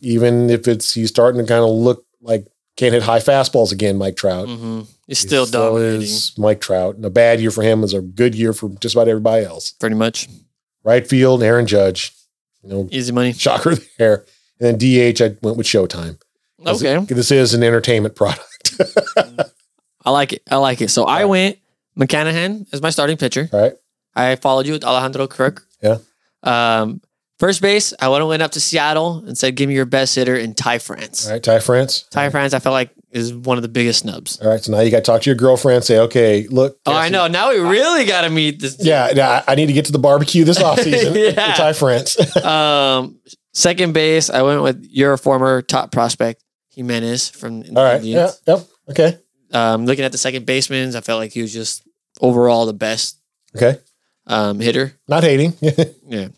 even if it's he's starting to kind of look like can't hit high fastballs again, Mike Trout. Mm-hmm. He's He still dominating, is Mike Trout, and a bad year for him is a good year for just about everybody else. pretty much. Right field, Aaron Judge, you know, Easy money. shocker there. And then DH, I went with Showtime. Okay. This is an entertainment product. I like it. I like it. So I went McCanahan as my starting pitcher. All right. I followed you with Alejandro Kirk. Yeah. Um, first base, I went and went up to Seattle and said, give me your best hitter in Ty France. All right, Ty France. Ty France, I felt like is one of the biggest snubs. All right, so now you got to talk to your girlfriend. Say, okay, look. Oh, I know. Now we really got to meet this. Yeah, now I need to get to the barbecue this offseason. Yeah. yeah. Ty France. Um, second base, I went with your former top prospect Jimenez from the All right. Yeah. Indians. Yep. Okay. Um, looking at the second baseman's, I felt like he was just overall the best Okay. um, hitter. Not hating. Yeah.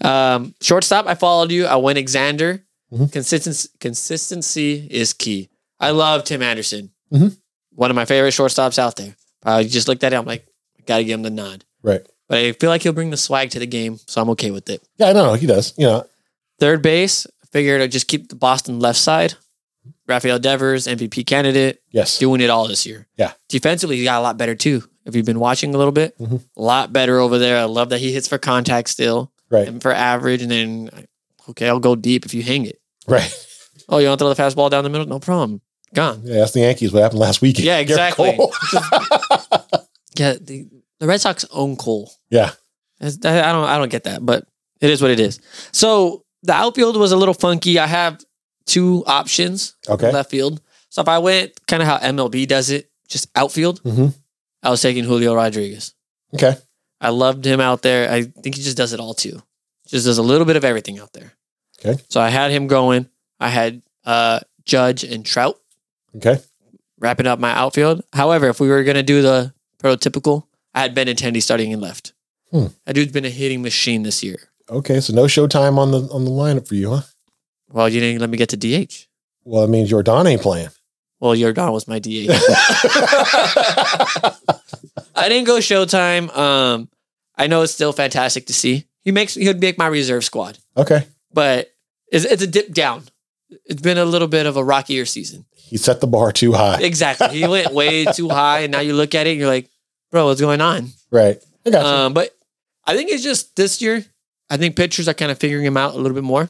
Um, shortstop, I followed you. I went Xander. Mm-hmm. Consistency, consistency is key. I love Tim Anderson. Mhm. One of my favorite shortstops out there. I just looked at it. I'm like, I gotta give him the nod. right. But I feel like he'll bring the swag to the game, so I'm okay with it. Yeah. No. He does. You know. Third base, I figured I'd just keep the Boston left side. Rafael Devers, MVP candidate, Yes. doing it all this year. Yeah. Defensively, he got a lot better too. If you've been watching a little bit, a lot better over there. I love that he hits for contact still Right. and for average. And then, okay, I'll go deep if you hang it. Right. Oh, you want to throw the fastball down the middle? No problem. Gone. Yeah. That's the Yankees. What happened last weekend? Yeah, Garrett exactly. Cole. Yeah, the, the Red Sox own Cole. yeah. That's- that- I don't I don't get that, but it is what it is. So the outfield was a little funky. I have two options in Okay. left field. So if I went kind of how MLB does it, just outfield, Mhm. I was taking Julio Rodriguez. Okay. I loved him out there. I think he just does it all too. Just does a little bit of everything out there. Okay. So I had him going. I had uh Judge and Trout Okay. wrapping up my outfield. However, if we were gonna do the prototypical, I had Benintendi starting in left. Hmm. That dude's been a hitting machine this year. Okay, so no showtime on the on the lineup for you, huh? Well, you didn't let me get to DH. Well, that means Jordan ain't playing. Well, Jordan was my DH. I didn't go Showtime. Um, I know it's still fantastic to see. He makes he would make my reserve squad, Okay, but it's, it's a dip down. It's been a little bit of a rockier season. he set the bar too high. Exactly. He went way too high, and now you look at it and you're like, bro, what's going on? Right. I got you. Um, but I think it's just this year. I think pitchers are kind of figuring him out a little bit more.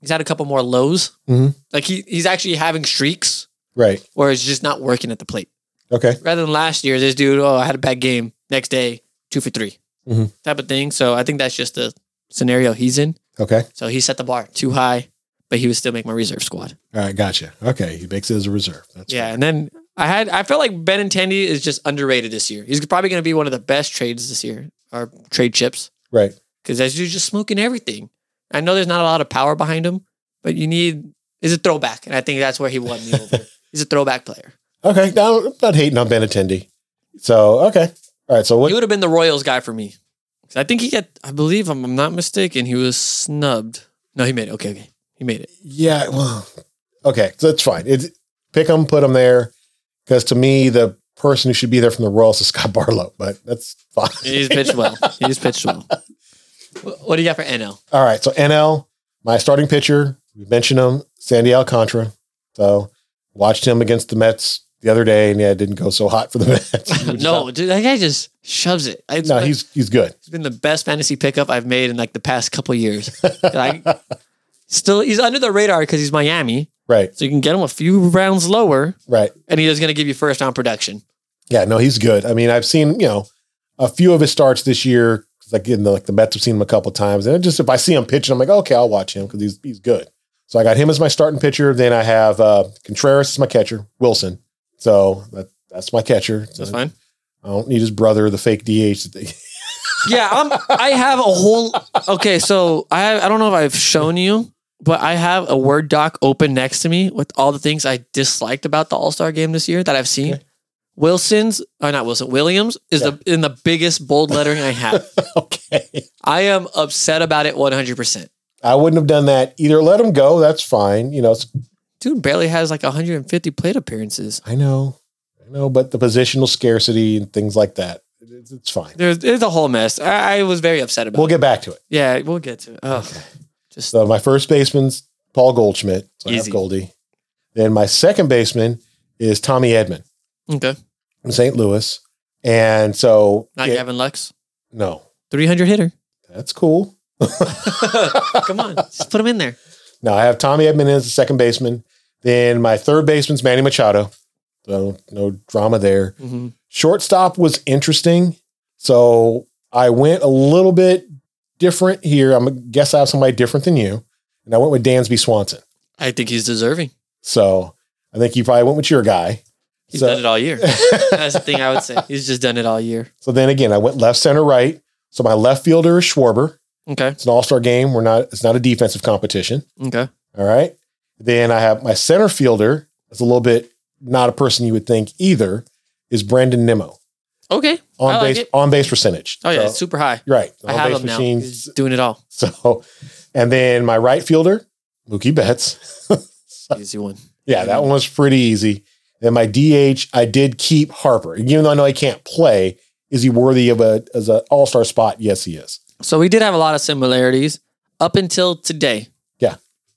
He's had a couple more lows. Mhm. Like he he's actually having streaks right. where it's just not working at the plate. Okay. Rather than last year, this dude, oh, I had a bad game. Next day, two for 3 Mhm. type of thing. So I think that's just the scenario he's in. Okay. So he set the bar too high, but he would still make my reserve squad. All right. Gotcha. Okay. He makes it as a reserve. That's yeah, fine. and then I had I felt like Ben Benintendi is just underrated this year. He's probably going to be one of the best trades this year or trade chips. Right. because that dude's just smoking everything. I know there's not a lot of power behind him, but you need is a throwback, and I think that's where he won me over. He's a throwback player. Okay. Now I'm not hating on Ben attendee. So okay. All right. So what? He would have been the Royals guy for me. 'Cause I think he got, I believe, if I'm not mistaken, he was snubbed. No, he made it. Okay, okay, he made it. Yeah. Well. Okay. So that's fine. It, pick him, put him there, because to me the person who should be there from the Royals is Scott Barlow. But that's fine. He's pitched well. He's pitched well. Wh- What do you got for NL? All right. So NL, my starting pitcher, we mentioned him, Sandy Alcantara. So watched him against the Mets the other day, and yeah, it didn't go so hot for the Mets. He was No, dude, that guy just shoves it. It's No, like- he's he's good. It's been the best fantasy pickup I've made in like the past couple years. Like, still, he's under the radar because he's Miami, Right. so you can get him a few rounds lower, Right. and he is going to give you first round production. Yeah. No, he's good. I mean, I've seen you know a few of his starts this year. Like in the like the Mets have seen him a couple times, and it just if I see him pitching, I'm like, okay, I'll watch him because he's he's good. So I got him as my starting pitcher. Then I have uh, Contreras as my catcher, Wilson. So that, that's my catcher. That's fine. I don't need his brother, the fake DH. that they- Yeah, I'm, I have a whole. Okay, so I I don't know if I've shown you, but I have a Word doc open next to me with all the things I disliked about the All Star Game this year that I've seen. Wilson's, or not Wilson, Williams is the in the biggest bold lettering I have. okay. I am upset about it 100. percent I wouldn't have done that either. Let him go. That's fine. You know, it's, dude barely has like 150 plate appearances. I know, I know, but the positional scarcity and things like that, it's, it's fine. There's it's a whole mess. I, I was very upset about. We'll it. get back to it. yeah, we'll get to it. Oh, just So my first baseman's Paul Goldschmidt. So I Easy. have Goldie. Then my second baseman is Tommy Edmond okay. from St. Louis. And so, Not yeah, Gavin Lux, no, 300 hitter. that's cool. Come on, just put him in there. Now I have Tommy Edmond as the second baseman. Then my third baseman's Manny Machado. So no drama there. Mhm. Shortstop was interesting. So I went a little bit different here. I'm gonna guess I have somebody different than you. And I went with Dansby Swanson. I think he's deserving. So I think you probably went with your guy. He's So- done it all year. That's the thing I would say. He's just done it all year. So then again, I went left, center, right. So my left fielder is Schwarber. Okay. It's an all-star game. We're not, it's not a defensive competition. Okay. All right. Then I have my center fielder. That's a little bit not a person you would think either. Is Brandon Nimmo Okay. on I like base it. on base percentage? Oh, yeah. So- it's super high. right. I have him now. He's doing it all. So, and then my right fielder, Mookie Betts. Easy one. yeah, that one was pretty easy. Then my DH, I did keep Harper, even though I know he can't play. Is he worthy of a as an All Star spot? Yes, he is. So we did have a lot of similarities up until today. Yeah.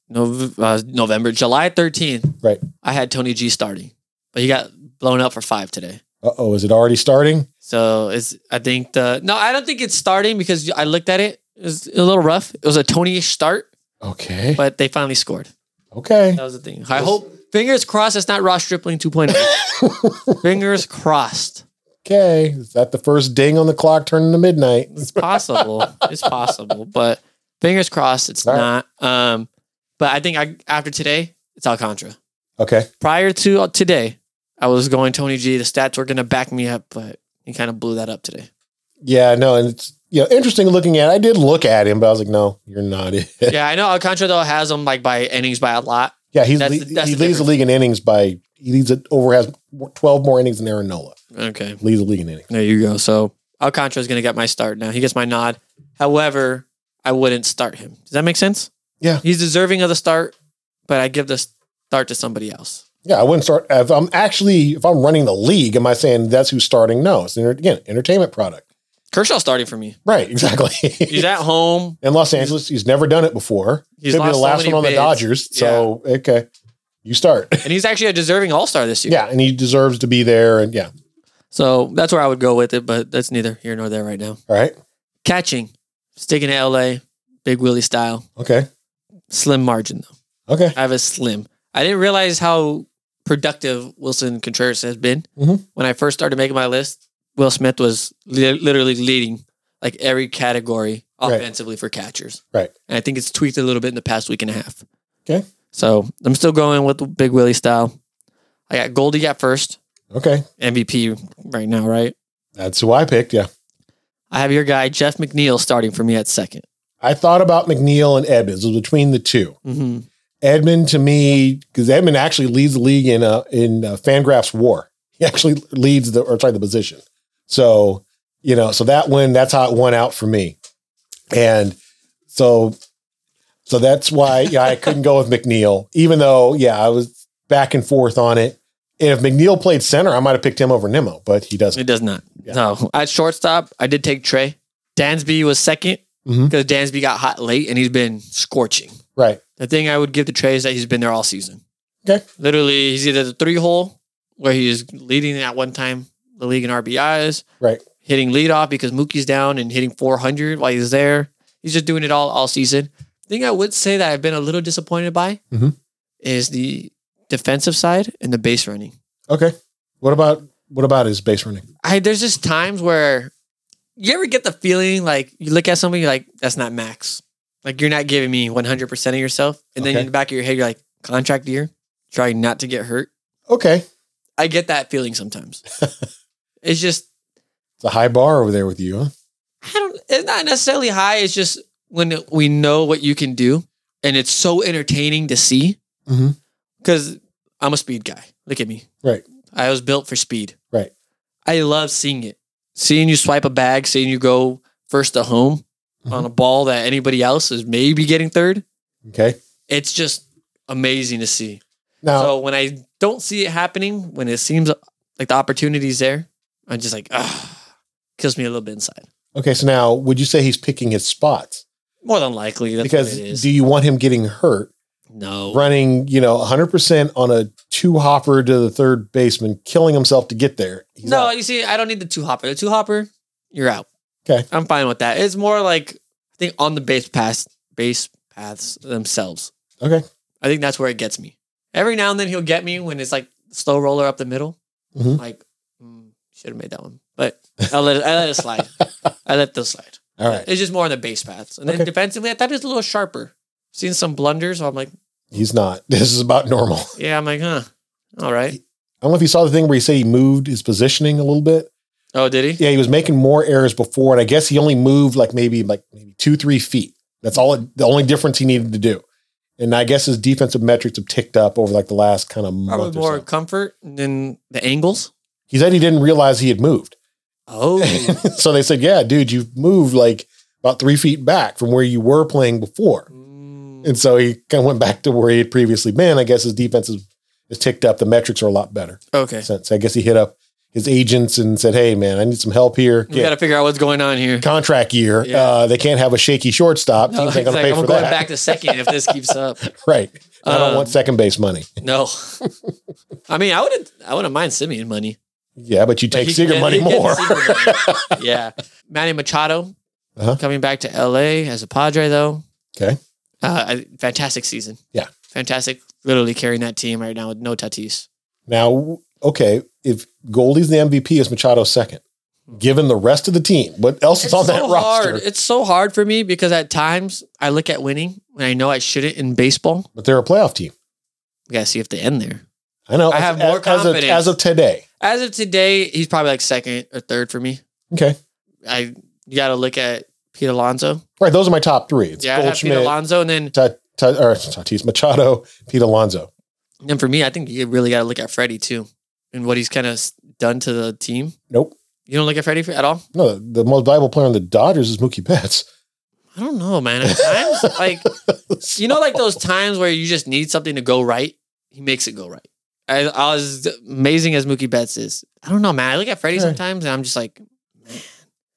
Nov uh, November, July 13th. Right. I had Tony G starting, but he got blown up for five today. Uh oh, is it already starting? So it's, I think the, no, I don't think it's starting because I looked at it. It was a little rough. It was a Tony ish start, Okay, but they finally scored. okay, That was the thing. I hope, fingers crossed, it's not Ross Stripling 2.0. fingers crossed. okay. Is that the first ding on the clock turning to midnight? It's possible. it's possible, but fingers crossed, it's All right. not. Um, but I think I, after today, it's Alcantara. Okay, prior to uh, today, I was going Tony G. The stats were going to back me up, but he kind of blew that up today. yeah, no, and it's you know interesting looking at. I did look at him, but I was like, no, you're not it. yeah, I know Alcantara though has him like by innings by a lot. yeah, he's That's le- the- that's he the leads the difference. league in innings by he leads it over has twelve more innings than Aaron Nola. Okay, Leads the league in innings. there you go. So Alcantara's going to get my start now. He gets my nod. However, I wouldn't start him. Does that make sense? Yeah. He's deserving of the start, but I give the start to somebody else. Yeah, I wouldn't start if I'm actually if I'm running the league. Am I saying that's who's starting? No, it's enter- again entertainment product. Kershaw's starting for me. Right, exactly. He's at home. in Los Angeles, he's never done it before. He's He's lost Could be the so last many one on the bids. Dodgers. So okay, you start. And he's actually a deserving all star this year. yeah, and he deserves to be there. And yeah, So that's where I would go with it, but that's neither here nor there right now. all right, Catching, sticking to LA, Big Willie style. okay, Slim margin, though. okay. I have a slim. I didn't realize how productive Wilson Contreras has been. Mhm. When I first started making my list, Will Smith was li- literally leading like every category Right. offensively for catchers. Right. And I think it's tweaked a little bit in the past week and a half. Okay. So I'm still going with the Big Willie style. I got Goldie at first, Okay, MVP right now, right? that's who I picked. Yeah, I have your guy, Jeff McNeil, starting for me at 2nd I thought about McNeil and Edmonds. It was between the two. Mm-hmm. Edmund to me because Edmund actually leads the league in uh, in uh, Fangraphs WAR. He actually leads the or sorry the position. So you know, so that one that's how it won out for me, and so so that's why yeah, I couldn't go with McNeil, even though yeah I was back and forth on it. And if McNeil played center, I might have picked him over Nemo, but he doesn't. It does not. Yeah. No. At shortstop, I did take Trey. Dansby was second Mhm. because Dansby got hot late and he's been scorching. Right, The thing I would give to Trey is that he's been there all season. Okay. Literally, he's either the three hole where he is leading at one time the league in RBIs, right, hitting leadoff because Mookie's down and hitting 400 while he's there. He's just doing it all all season. thing I would say that I've been a little disappointed by Mhm. is the defensive side and the base running. okay. What about what about his base running? I there's just times where you ever get the feeling like you look at somebody you're like that's not max. Like you're not giving me 100% of yourself and then Okay. in the back of your head you're like contract year, trying not to get hurt. Okay, it's I get that feeling sometimes. it's just a high bar over there with you, huh? I don't it's not necessarily high, it's just when we know what you can do and it's so entertaining to see Mhm. cuz I'm a speed guy. Look at me. Right. I was built for speed. Right. I love seeing it. Seeing you swipe a bag, seeing you go first to home Mm-hmm. on a ball that anybody else is maybe getting third. Okay. It's just amazing to see. Now, So when I don't see it happening, when it seems like the opportunity's there, I'm just like, ah, kills me a little bit inside. Okay, so now would you say he's picking his spots? More than likely, that's because because what it is. do you want him getting hurt no, running, you know, 100% on a two hopper to the third baseman, killing himself to get there? He's no. out. You see, I don't need the two hopper. The two hopper, you're out. Okay. I'm fine with that. It's more like I think on the base pass, base paths themselves. Okay. I think that's where it gets me. Every now and then he'll get me when it's like slow roller up the middle. Mhm. Like, mm, should have made that one, but I let it, I let it slide. I let those slide. All right. It's just more on the base paths, and Okay. then defensively, I thought it was a little sharper. Seen some blunders, so I'm like, He's not. This is about normal. I yeah, I'm like, huh, all right. don't know if you saw the thing where he said he moved his positioning a little bit. Oh, did he? Yeah, he was making more errors before, and I guess he only moved like maybe like maybe two, three feet. That's all it, the only difference he needed to do. And I guess his defensive metrics have ticked up over like the last kind of month Probably or more so. comfort than the angles. He said he didn't realize he had moved. Oh, so they said, "Yeah, dude, you've moved like about three feet back from where you were playing before." Mm. And so he kind of went back to where he had previously been. I guess his defense is, is ticked up. The metrics are a lot better okay. since. I guess he hit up his agents and said, "Hey, man, I need some help here. We got to figure out what's going on here. Contract year. Yeah. Uh, they can't have a shaky shortstop. No, Teams it's like, ain't gonna pay I'm for going that. back to second if this keeps up. right. I don't Um, want second base money. No, I mean, I wouldn't. I wouldn't mind Simeon money. Yeah, but you But take he- Seager yeah, money he gets more. Seager money. yeah, Manny Machado Uh-huh. coming back to L.A. as a Padre though. Okay. Uh, I- fantastic season. Yeah. fantastic. Literally carrying that team right now with no Tatis. Now, okay, if Goldie's the MVP, is Machado second? Given the rest of the team, what else is on that roster? hard. It's Hmm. so hard for me because at times I look at winning when I know I shouldn't in baseball. but they're a playoff team. We gotta see if they end there. I know. I have more of, confidence. as of today. As of today, he's probably like second or third for me. Okay, I you got to look at Pete Alonso. right. Those are my top three. It's Yeah, I have Pete Goldschmidt, Alonso, and then Ta- Ta- or Tatis Machado, Pete Alonso. and then for me, I think you really got to look at Freddie too, and what he's kind of done to the team. Nope. You don't look at Freddie at all? No, the most valuable player on the Dodgers is Mookie Betts. I don't know, man. At times, like you know, like those times where you just need something to go right, he makes it go right. As, as amazing as Mookie Betts is, I don't know, man. I look at Freddie Sure. sometimes, and I'm just like,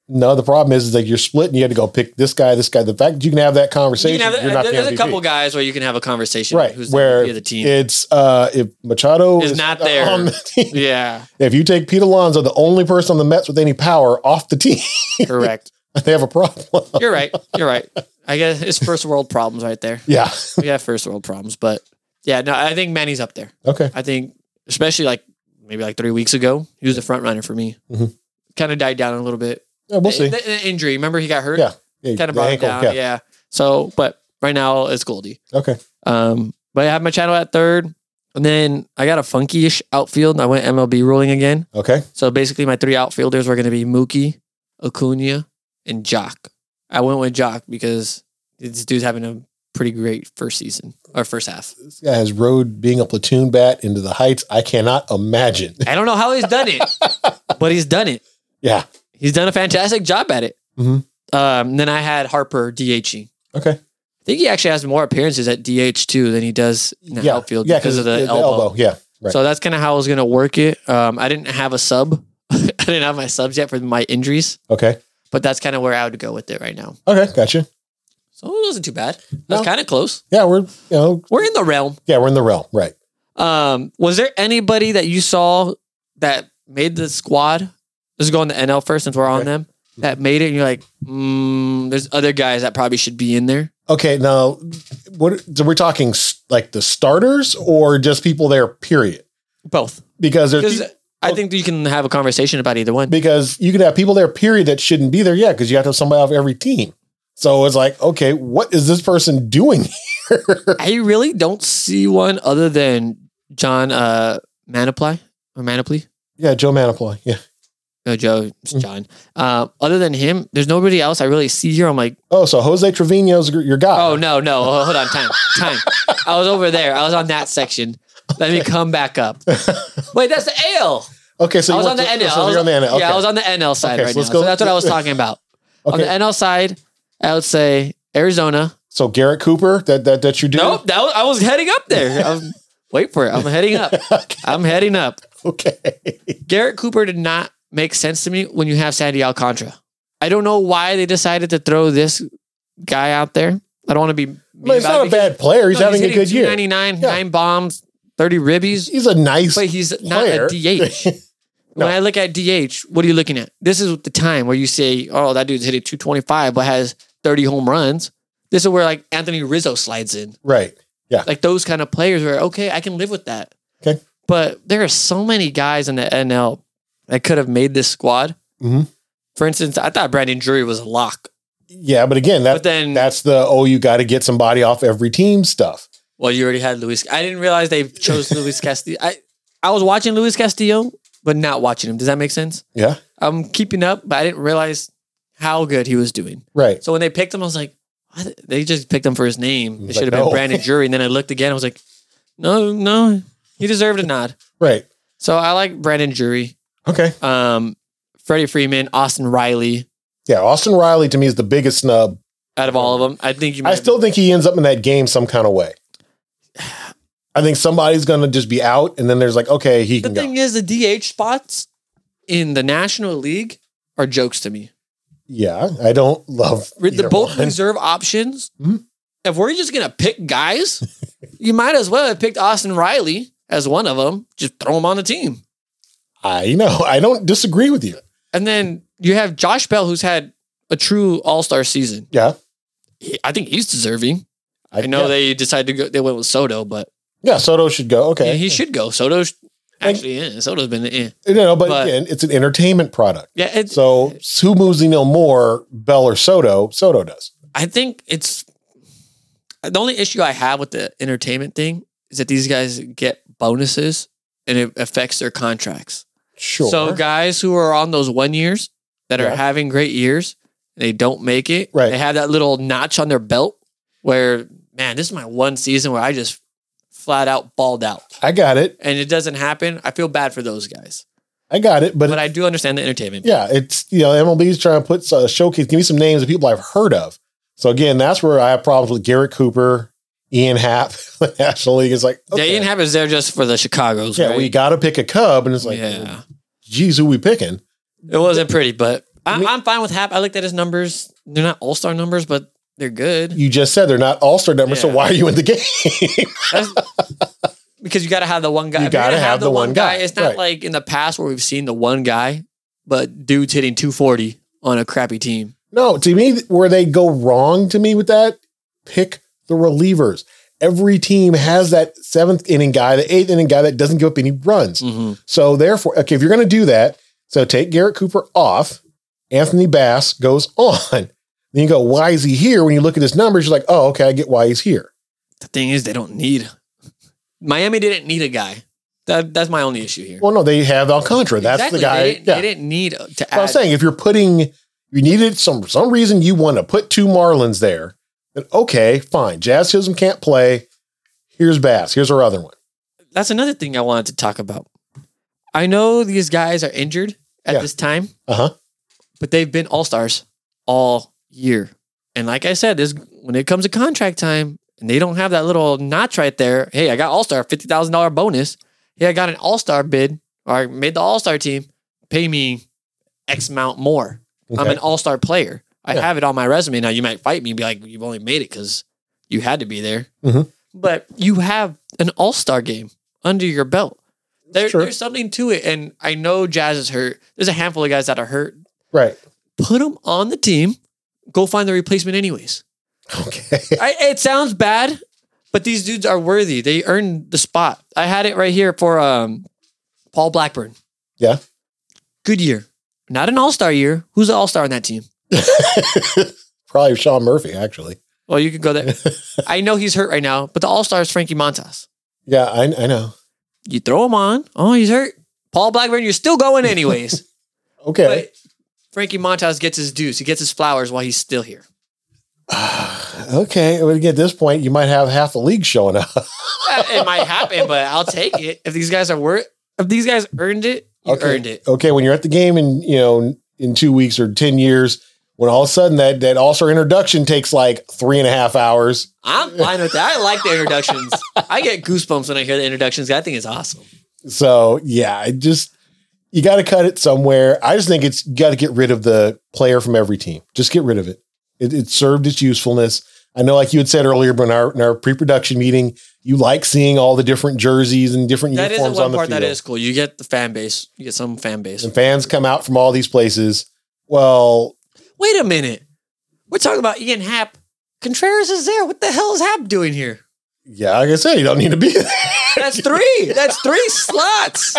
No, the problem is, is like you're split and you had to go pick this guy, this guy. The fact that you can have that you conversation, can have, you're not the there's a MVP. couple guys where you can have a conversation, right? Who's where the MVP of the team? it's uh, if Machado Is not there. on the team, yeah, if you take Pete Alonso, the only person on the Mets with any power, off the team, correct. they have a problem. You're right. You're right. I guess it's first world problems right there. yeah. We have first world problems, but yeah, no, I think Manny's up there. Okay. I think, especially like maybe like three weeks ago, he was the front runner for me. Mhm. Kind of died down a little bit. Eh, Yeah, The- we'll see. the- the injury. Remember, he got hurt. Yeah. Yeah, kind the of brought ankle, him down. Yeah. So, but right now it's Goldie. Okay. Um, but I have my channel at third, and then I got a funky-ish outfield. I went MLB ruling again. Okay. So basically, my three outfielders were going to be Mookie, Acuna, and Jock. I went with Jock because this dude's having a pretty great first season or first half. This guy has rode being a platoon bat into the heights. I cannot imagine. I don't know how he's done it, but he's done it. Yeah. He's done a fantastic job at it. Mhm. Um, then I had Harper DHing. Okay. I think he actually has more appearances at DH too than he does in the yeah. outfield yeah, because of the, elbow. Yeah. Right. So that's kind of how I was going to work it. Um, I didn't have a sub. I didn't have my subs yet for my injuries, Okay. but that's kind of where I would go with it right now. Okay. Gotcha. So it wasn't too bad. No. That's kind of close. Yeah. We're, you know, We're in the realm. yeah, we're in the realm. Right. Um, was there anybody that you saw that made the squad? Let's go on the NL first since we're on Okay. them. That made it, and you're like, mm, there's other guys that probably should be in there. Okay. Now, what, so we're talking s- like the starters or just people there, period? Both. Because there's, Because I think you can have a conversation about either one. because you can have people there, period, that shouldn't be there. Yeah. Because you have to have somebody off every team. So it's like, okay, what is this person doing? I really don't see one other than John uh, Manaply or Manaply. Yeah. Joe Maniply. Yeah. No, Joe, it's John. Uh, other than him, there's nobody else I really see here. I'm like, Oh, so Jose Trevino's gr- your guy. Oh no, no, Oh, hold on, time, time. I was over there. I was on that section. Let me come back up. Wait, that's the AL. Okay. So I you was on want the to- NL. so I was, you're on the NL. Yeah, okay. I was on the NL side Okay, right so let's now. go- so that's what I was talking about. On Okay. the NL side, I would say Arizona. So Garrett Cooper, that that that you do. Nope, that was, I was heading up there. I'm, wait for it. I'm heading up. I'm heading up. Okay. Garrett Cooper did not make sense to me when you have Sandy Alcantara. I don't know why they decided to throw this guy out there. I don't want to be. mean I mean, it's about it not a because- bad player. He's No, having a hitting good year. 299, Yeah. nine bombs, 30 ribbies, He's a nice. but he's not player. a DH. When I look at DH, what are you looking at? This is the time where you say, oh, that dude's hitting 225, but has 30 home runs. This is where like Anthony Rizzo slides in. right. Like those kind of players where, okay, I can live with that. Okay. But there are so many guys in the NL that could have made this squad. Mhm. For instance, I thought Brandon Drury was a lock. Yeah, but again, that But then- that's the oh, you got to get somebody off every team stuff. Well, you already had Luis. I didn't realize they chose Luis Castillo. I, I was watching Luis Castillo, but not watching him. Does that make sense? Yeah. I'm keeping up, but I didn't realize how good he was doing. Right. So when they picked him, I was like, what? they just picked him for his name. It He's should have like, been no. Brandon Drury. And then I looked again. I was like, no, no, he deserved a nod. Right. So I like Brandon Drury, Okay. um, Freddie Freeman, Austin Riley. Yeah. Austin Riley to me is the biggest snub. Out of all of them, I think you. Might I still think he ends up in that game some kind of way. I think somebody's going to just be out, and then there's like, okay, he the can go. thing is the DH spots in the National League are jokes to me. yeah, I don't love Re- the either both one. reserve options. Mhm. If we're just gonna pick guys, you might as well have picked Austin Riley as one of them. Just throw him on the team, I know. I don't disagree with you. and then you have Josh Bell, who's had a true All Star season. Yeah. He- I think he's deserving. I know yeah. they decided to go. They went with Soto, but Yeah, Soto should go. Okay. yeah, he should go. Soto sh- And- actually, yeah, Soto's been eh. You know, but, But- again, it's an entertainment product. yeah. It's, So who moves the needle more, Bell or Soto? Soto does. I think it's the only issue I have with the entertainment thing is that these guys get bonuses and it affects their contracts. Sure. So guys who are on those one years that are Yeah. having great years, they don't make it. Right. They have that little notch on their belt where, man, this is my one season where I just flat out balled out I got it. and it doesn't happen. I feel bad for those guys. I got it, but, But I do understand the entertainment. yeah, it's you know MLB is trying to put a showcase. Give me some names of people I've heard of. So again, that's where I have problems with Garrett Cooper, Ian Happ, the National League. It's like They okay, didn't have it there just for the Chicago's. yeah, right? we got to pick a Cub, and it's like, yeah. geez, who we picking? It wasn't pretty, but I, I'm fine with Hap. I looked at his numbers. They're not all star numbers, but they're good. You just said they're not All Star numbers, so Yeah. why are you in the game? That's- because you got to have the one guy. You If you're gotta gonna have the one guy, It's not right. like in the past where we've seen the one guy, but dudes hitting 240 on a crappy team. No, to me, where they go wrong to me with that, pick the relievers. Every team has that seventh inning guy, the eighth inning guy that doesn't give up any runs. Mm-hmm. So therefore, okay, if you're going to do that, so take Garrett Cooper off, Anthony Bass goes on. Then you go, why is he here? When you look at his numbers, you're like, oh, okay, I get why he's here. The thing is, they don't need. Miami didn't need a guy. That, that's my only issue here. Well, no, they have Alcantara. That's Exactly. the guy. They didn't, yeah. they didn't need to But I'm add. saying if you're putting, you needed some for some reason you want to put two Marlins there, then okay, fine. Jazz Chisholm can't play. Here's Bass. Here's our other one. that's another thing I wanted to talk about. I know these guys are injured at Yeah. this time, Uh huh. but they've been all stars all year. And like I said, this when it comes to contract time, and they don't have that little notch right there. Hey, I got all star fifty thousand dollar bonus. Hey, I got an all star bid, or I made the all star team. Pay me X amount more. I'm Okay. an all star player. I Yeah. have it on my resume now. You might fight me and be like, "You've only made it because you had to be there." Mhm. But you have an all star game under your belt. There, Sure. there's something to it, and I know Jazz is hurt. There's a handful of guys that are hurt Right. put him on the team. Go find the replacement, anyways. Okay. I, it sounds bad, but these dudes are worthy. They earned the spot. I had it right here for um, Paul Blackburn. Yeah. Good year, not an All Star year. Who's the All Star on that team? Probably Sean Murphy actually. Well, you could go there. I know he's hurt right now, but the All Star is Frankie Montas. Yeah, I, I know. You throw him on. Oh, he's hurt. Paul Blackburn, you're still going anyways. Okay. but Frankie Montas gets his dues. He gets his flowers while he's still here. okay. Well, again, at this point, you might have half the league showing up. Uh, it might happen, but I'll take it. If these guys are worth, if these guys earned it, you okay. earned it. Okay, when you're at the game in you know in two weeks or ten years, when all of a sudden that that All Star introduction takes like three and a half hours. I'm fine with that. I like the introductions. I get goosebumps when I hear the introductions. I think it's awesome. So yeah, I just you got to cut it somewhere. I just think it's got to get rid of the player from every team. Just get rid of it. It, it served its usefulness. I know, like you had said earlier, but in our, in our pre-production meeting, you like seeing all the different jerseys and different That is the uniforms on one the part field. that is cool. You get the fan base. You get some fan base. And fans come out from all these places. Well, Wait a minute. We're talking about Ian Happ. Contreras is there. What the hell is Happ doing here? yeah, like I said, you don't need to be there. That's three. That's three slots.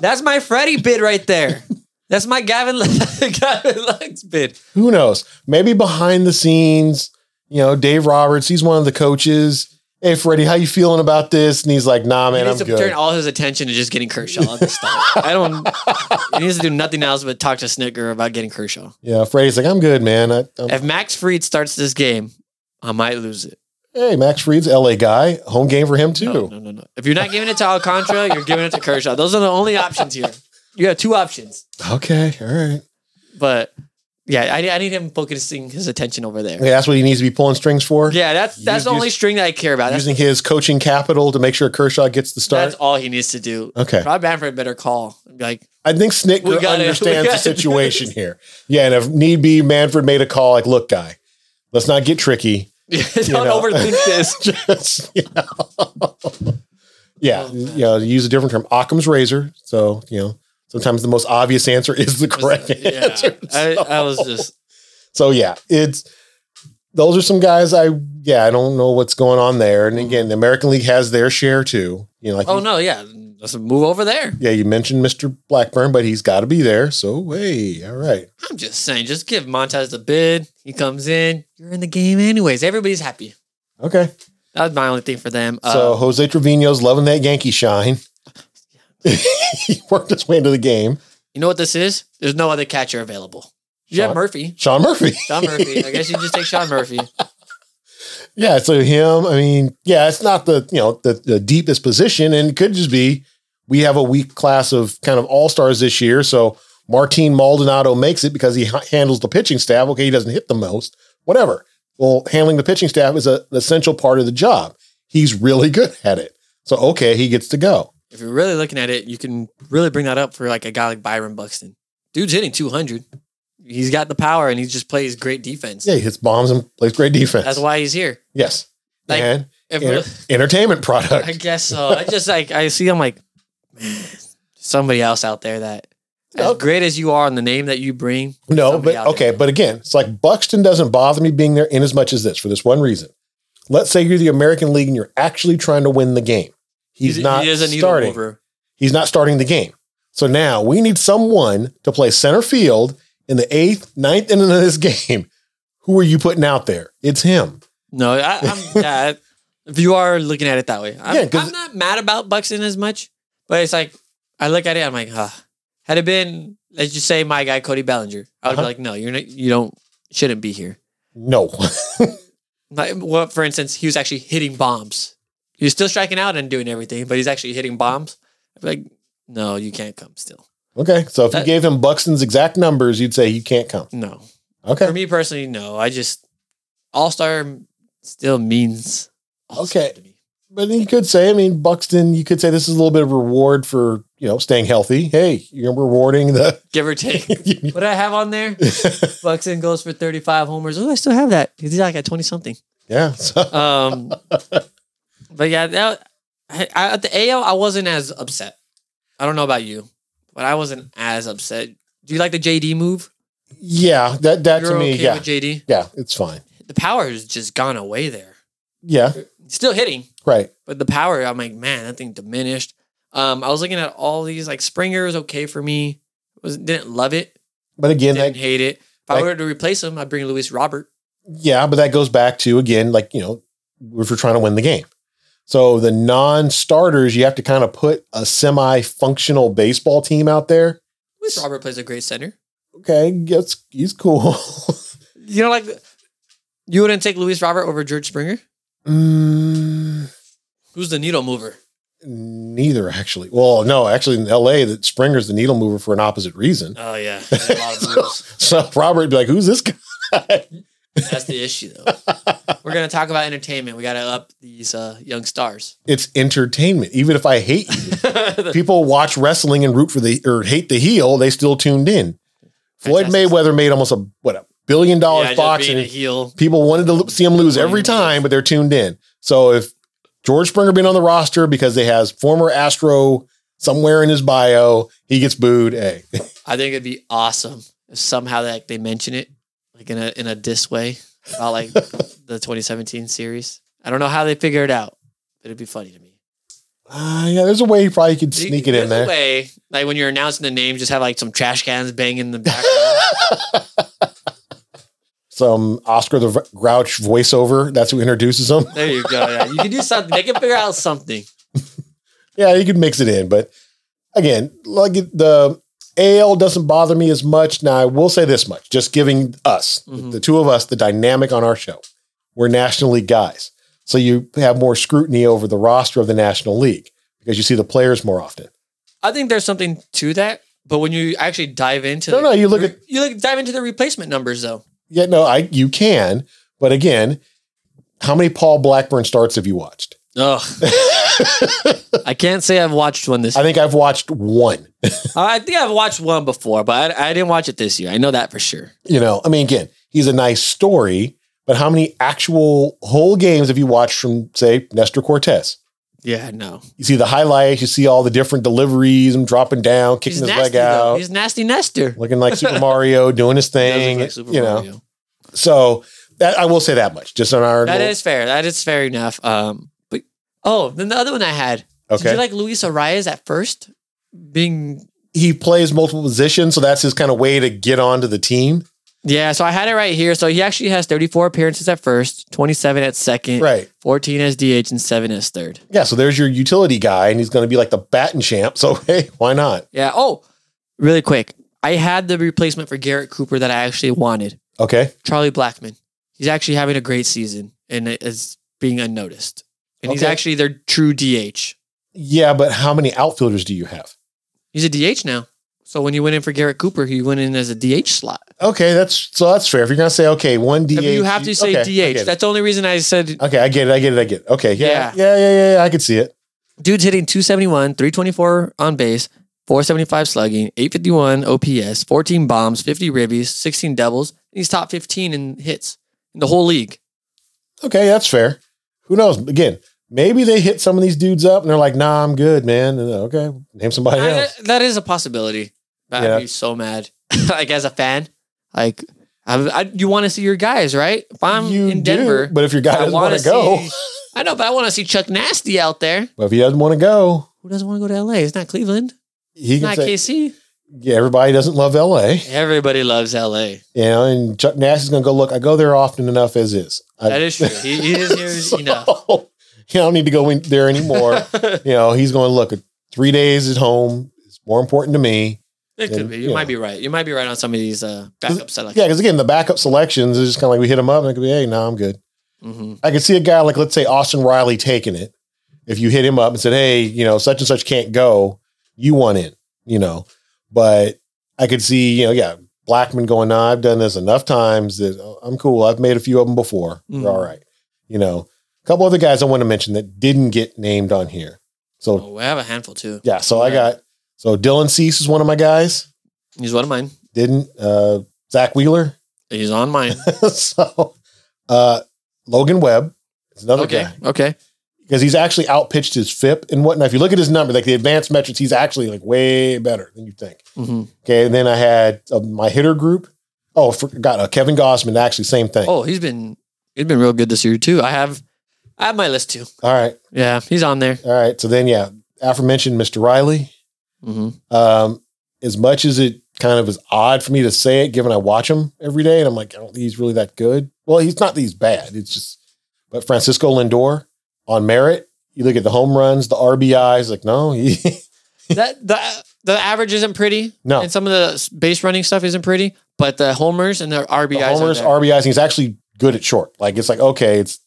That's my Freddie bid right there. That's my Gavin, Gavin Lux bid. Who knows? Maybe behind the scenes, you know, Dave Roberts, he's one of the coaches. Hey, Freddie, how you feeling about this? And he's like, Nah, he man, I'm needs to good. turn all his attention to just getting Kershaw at the start. I don't. He needs to do nothing else but talk to Snicker about getting Kershaw. Yeah, Freddie's like, I'm good, man. I, I'm If Max Fried starts this game, I might lose it. Hey, Max Fried's LA guy. Home game for him too. Oh, No, no, no, no. If you're not giving it to Alcantara, you're giving it to Kershaw. Those are the only options here. You have two options, Okay, all right. but yeah, I, I need him focusing his attention over there. Yeah, that's what he needs to be pulling strings for. Yeah, that's that's the Use- only string that I care about. That's, using his coaching capital to make sure Kershaw gets the start. that's all he needs to do. Okay. Rob Manfred better call. Be like, I We think Snicker gotta- we understands gotta the do situation here. Yeah, and if need be, Manfred made a call like, "Look, guy, let's not get tricky." don't know. overthink this. Just, you know. Oh, yeah, you know, use a different term, Occam's razor. So you know, sometimes the most obvious answer is the correct Yeah, answer. I, I was just So yeah, it's those are some guys I yeah, I don't know what's going on there. And again, the American League has their share too. You know, like Oh you- no, yeah. Let's move over there. yeah, you mentioned Mr. Blackburn, but he's gotta be there. So hey, all right. I'm just saying, just give Montez the bid. He comes in. You're in the game anyways. Everybody's happy. Okay. That was my only thing for them. so Uh, Jose Trevino's loving that Yankee shine. he worked his way into the game. you know what this is? There's no other catcher available. You have Sean- Murphy. Sean Murphy. Sean Murphy. I guess you just take Sean Murphy. yeah, so him, I mean, yeah, it's not the you know the, the deepest position and it could just be we have a weak class of kind of all stars this year. So Martin Maldonado makes it because he ha- handles the pitching staff. Okay, he doesn't hit the most, whatever. Well, handling the pitching staff is a, an essential part of the job. He's really good at it. So, okay, he gets to go. If you're really looking at it, you can really bring that up for like a guy like Byron Buxton. Dude's hitting 200. He's got the power and he just plays great defense. Yeah, he hits bombs and plays great defense. That's why he's here. Yes. Like, and If enter- entertainment I product. guess so. I just like I see I'm like somebody else out there that as Okay. great as you are and the name that you bring. No, somebody but out there. okay. But again, it's like Buxton doesn't bother me being there in as much as this for this one reason. Let's say you're the American League and you're actually trying to win the game. He's, not needle starting. mover. He's not starting the game. So now we need someone to play center field in the eighth, ninth inning of this game. Who are you putting out there? It's him. No, I, I'm yeah, if you are looking at it that way. I'm, Yeah, 'cause- I'm not mad about Buxton as much, but it's like I look at it, I'm like, huh. Had it been, let's just say my guy Cody Bellinger, I would Uh-huh. be like, no, you're not, you don't shouldn't be here. No. Like, well, for instance, he was actually hitting bombs. He was still striking out and doing everything, but he's actually hitting bombs. I'd be like, no, you can't come still. okay. So if you That- gave him Buxton's exact numbers, you'd say he can't come. No. Okay. For me personally, no. I just, All Star still means. all-star Okay. to me. But then you could say, I mean, Buxton, you could say this is a little bit of reward for, you know, staying healthy. Hey, you're rewarding the Give or take. what do I have on there? Buxton goes for 35 homers. Oh, I still have that. He's like at 20 something. Yeah. So Um, but yeah, that, I, I- at the AL, I wasn't as upset. I don't know about you, but I wasn't as upset. Do you like the JD move? yeah, that that You're to me, okay yeah. with JD. yeah, it's fine. The power has just gone away there. Yeah. Still hitting, Right. but the power, I'm like, man, that thing diminished. Um, I was looking at all these like Springer was okay for me. Was didn't love it, But again, didn't that hate it. If I like- were to replace him, I'd bring Luis Robert. yeah, but that goes back to again, like, you know, if you're trying to win the game. So the non-starters, you have to kind of put a semi-functional baseball team out there. Luis Robert plays a great center. Okay, yes, he's cool. You know, like you wouldn't take Luis Robert over George Springer. Mm, Who's the needle mover? neither actually. Well, no, actually in LA, that Springer's the needle mover for an opposite reason. Oh yeah, There's a lot of moves. So Robert would be like, who's this guy? that's the issue though. We're gonna talk about entertainment. We gotta up these uh, young stars. It's entertainment. Even if I hate you, people watch wrestling and root for the or hate the heel, they still tuned in. Floyd Fantastic. Mayweather made almost a what a billion dollars Yeah, just boxing. being a heel. People wanted to lo- see him lose every Wanted to time, but they're tuned in. So if George Springer been on the roster because they has former Astro somewhere in his bio, he gets booed. Hey, I think it'd be awesome if somehow like they mention it like in a in a diss way about like the 2017 series. I don't know how they figure it out, but it'd be funny to me. Ah, yeah, there's a way you probably could sneak it in There's a there. Way, like when you're announcing the name, just have like some trash cans banging in the background. Some Oscar the Gr- Grouch voiceover. That's who introduces him. there you go. Yeah, you can do something. They can figure out something. Yeah, you could mix it in, but again, like the AL doesn't bother me as much. Now I will say this much: just giving us, Mhm. the two of us, the dynamic on our show, we're National League guys, so you have more scrutiny over the roster of the National League because you see the players more often. I think there's something to that, but when you actually dive into No, no, you look at you look dive into the replacement numbers though. yeah, no, I you can, but again, how many Paul Blackburn starts have you watched? Ugh. I can't say I've watched one this I think I've watched one. Uh, I think I've watched one before, but I, I didn't watch it this year. I know that for sure. You know, I mean, again, he's a nice story, but how many actual whole games have you watched from, say, Nestor Cortez? Yeah, no. You see the highlights, you see all the different deliveries, him dropping down, kicking He's his nasty, leg though. out, He's nasty Nester. looking like Super Mario, doing his thing. you know, so that I will say that much, just on our That little- is fair. That is fair enough. Um, but oh, then the other one I had. Did okay. you like Luis Arias at first? Being he plays multiple positions, so that's his kind of way to get onto the team, yeah, so I had it right here. So he actually has 34 appearances at first, 27 at second, right? 14 as DH, and seven as third. Yeah, so there's your utility guy, and he's going to be like the batting champ. So hey, why not? Yeah. Oh, really quick. I had the replacement for Garrett Cooper that I actually wanted. Okay, Charlie Blackman. He's actually having a great season and is being unnoticed. And he's Okay. actually their true DH. Yeah, but how many outfielders do you have? He's a DH now. So when you went in for Garrett Cooper, he went in as a DH slot. Okay, that's so that's fair. If you're gonna say okay, one DH, If you have to say okay, I DH. get it. That's the only reason I said okay. I get it. I get it. I get it. Okay, yeah, yeah, Yeah. yeah, yeah. yeah, I could see it. dude's hitting 271, 324 on base, 475 slugging, 851 OPS, 14 bombs, 50 ribbies, 16 doubles. And he's top 15 in hits in the whole league. Okay, that's fair. Who knows? Again, maybe they hit some of these dudes up and they're like, "Nah, I'm good, man." And, uh, okay, name somebody I- else. that- that is a possibility. I'd Yeah. be so mad. like as a fan, like I, I, you want to see your guys, right? If uh, I'm You in do, Denver, but if your guy I doesn't wanna wanna go. see- I know, but I want to see Chuck Nasty out there. But if he doesn't want to go, Who doesn't want to go to LA? It's not Cleveland. he It's can not say, KC. yeah, everybody doesn't love L.A. Everybody loves LA. You know, and Chuck Nash is gonna go look. I go there often enough as is. I, That is true. He, he is here enough. You know, I don't need to go in there anymore. you know, he's going to look at three days at home. It's more important to me. It could be. You Yeah. might be right. You might be right on some of these uh, backup selections. Yeah, because again, the backup selections is just kind of like we hit them up and it could be, hey, no, I'm good. hmm I could see a guy like, let's say Austin Riley taking it. If you hit him up and said, hey, you know, such and such can't go, you want in, you know. But I could see, you know, yeah, Blackman going, nah, I've done this enough times that oh, I'm cool. I've made a few of them before. Mhm. They're all right. You know, a couple other guys I want to mention that didn't get named on here. So Oh, we have a handful too. Yeah, so I Yeah. got so Dylan Cease is one of my guys. He's one of mine. Didn't uh Zach Wheeler. He's on mine. so uh Logan Webb is another okay. guy. Okay. Because he's actually outpitched his FIP and whatnot. If you look at his number, like the advanced metrics, he's actually like way better than you think. hmm Okay. And then I had uh, my hitter group. Oh, forgot uh, Kevin Gossman. Actually, same thing. Oh, he's been he's been real good this year too. I have I have my list too. All right. Yeah, he's on there. All right. So then, yeah, aforementioned Mr. Riley. hmm Um, as much as it kind of is odd for me to say it, given I watch him every day, and I'm like, I don't think he's really that good. Well, he's not that he's bad. It's just, but Francisco Lindor on merit, you look at the home runs, the RBIs, like, no, he, that the the average isn't pretty. No. and some of the s- base running stuff isn't pretty. But the homers and the RBIs. the are homers, there. RBIs, and he's actually good at short. Like, it's like, okay, it's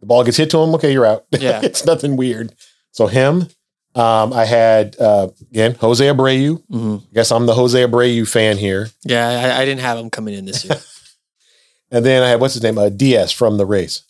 the ball gets hit to him. Okay, you're out. Yeah. it's nothing weird. So, him, um, I had, uh, again, Jose Abreu. Mhm. I guess I'm the Jose Abreu fan here. Yeah, I, I didn't have him coming in this year. And then I had what's his name? Uh, Diaz from the race.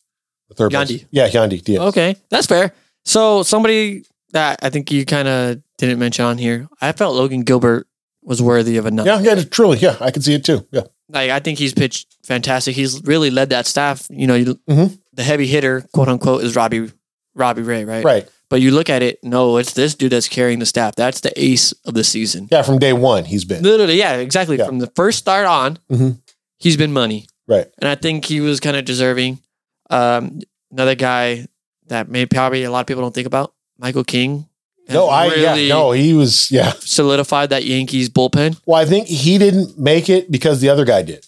The third Yandy. base. Yeah, Yandy Diaz. Okay, that's fair. So somebody that I think you kind of didn't mention on here, I felt Logan Gilbert was worthy of a nod. Yeah, yeah, truly. Yeah, I can see it too. Yeah. Like I think he's pitched fantastic. He's really led that staff. You know, you, Mhm. the heavy hitter, quote unquote, is Robbie Robbie Ray, right? Right. But you look at it, no, it's this dude that's carrying the staff. That's the ace of the season. Yeah, from day one he's been. Literally, yeah, exactly. Yeah. From the first start on, Mhm. he's been money. Right. and I think he was kind of deserving. Um, another guy that maybe probably a lot of people don't think about, Michael King. has No, I yeah, no, he was yeah. solidified that Yankees bullpen. Well, I think he didn't make it because the other guy did.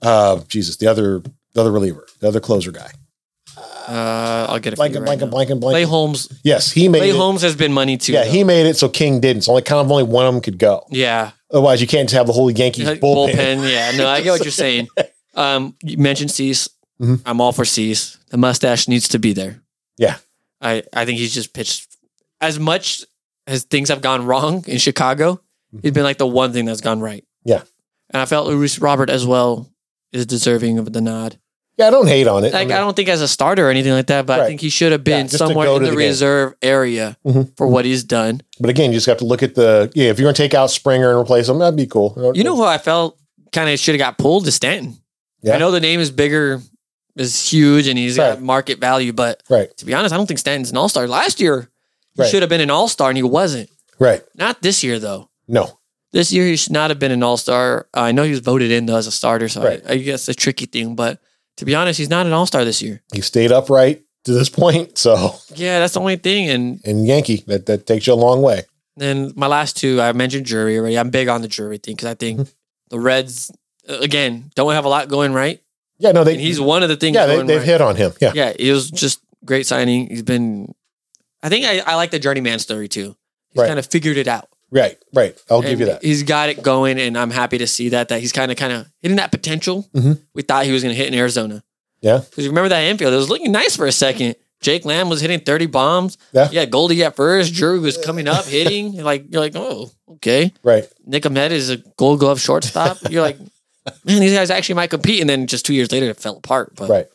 Uh Jesus, the other the other reliever, the other closer guy. Uh, I'll get it. for Blanket, you right blanket, now. blanket, Clay blanket. Holmes. Yes, he made Clay it. Holmes has been money too. Yeah, though. he made it so King didn't. So only kind of only one of them could go. Yeah, Otherwise, you can't have the whole Yankees bullpen. bullpen. Yeah, no, I get what you're saying. Um, you mentioned Cease. Mhm. I'm all for Cease. The mustache needs to be there. Yeah. I I think he's just pitched as much as things have gone wrong in Chicago. He's been like the one thing that's gone right. Mm-hmm. Yeah. and I felt Luis Robert as well is deserving of the nod. Yeah, I don't hate on it. Like I, I mean, don't think as a starter or anything like that, but Right. I think he should have been just to somewhere go in to the, the game. reserve area Mhm. for what he's done. but again, you just have to look at the yeah. If you're going to take out Springer and replace him, that'd be cool. You know who I felt kind of should have got pulled is Stanton. Yeah. I know the name is bigger, is huge, and he's Right. got market value, but Right. to be honest, I don't think Stanton's an all star. Last year, he Right. should have been an all star, and he wasn't. Right. Not this year, though. No. This year, he should not have been an all star. I know he was voted in, though, as a starter, so I- Right. I, guess a tricky thing, but to be honest, he's not an all star this year. He stayed upright to this point. So Yeah, that's the only thing. And and Yankee. That that takes you a long way. then my last two, I mentioned jury already. I'm big on the jury thing because I Hmm. think the Reds, uh, again, don't have a lot going right. Yeah, no, they And he's one of the things yeah they, going they've right. hit on him. Yeah, yeah, it was just great signing. He's been, I think I, I like the journeyman story too. He's Right. kind of figured it out. right, right. I'll give And you that. He's got it going, and I'm happy to see that. That he's kind of kind of hitting that potential Mhm. we thought he was going to hit in Arizona. Yeah. because remember that infield, it was looking nice for a second. Jake Lamb was hitting 30 bombs. Yeah. Yeah, Goldie at first. Drew was coming up, hitting. You're like, you're like, oh, okay. Right. Nick Ahmed is a gold glove shortstop. You're like, man, these guys actually might compete. And then just two years later, it fell apart. But Right.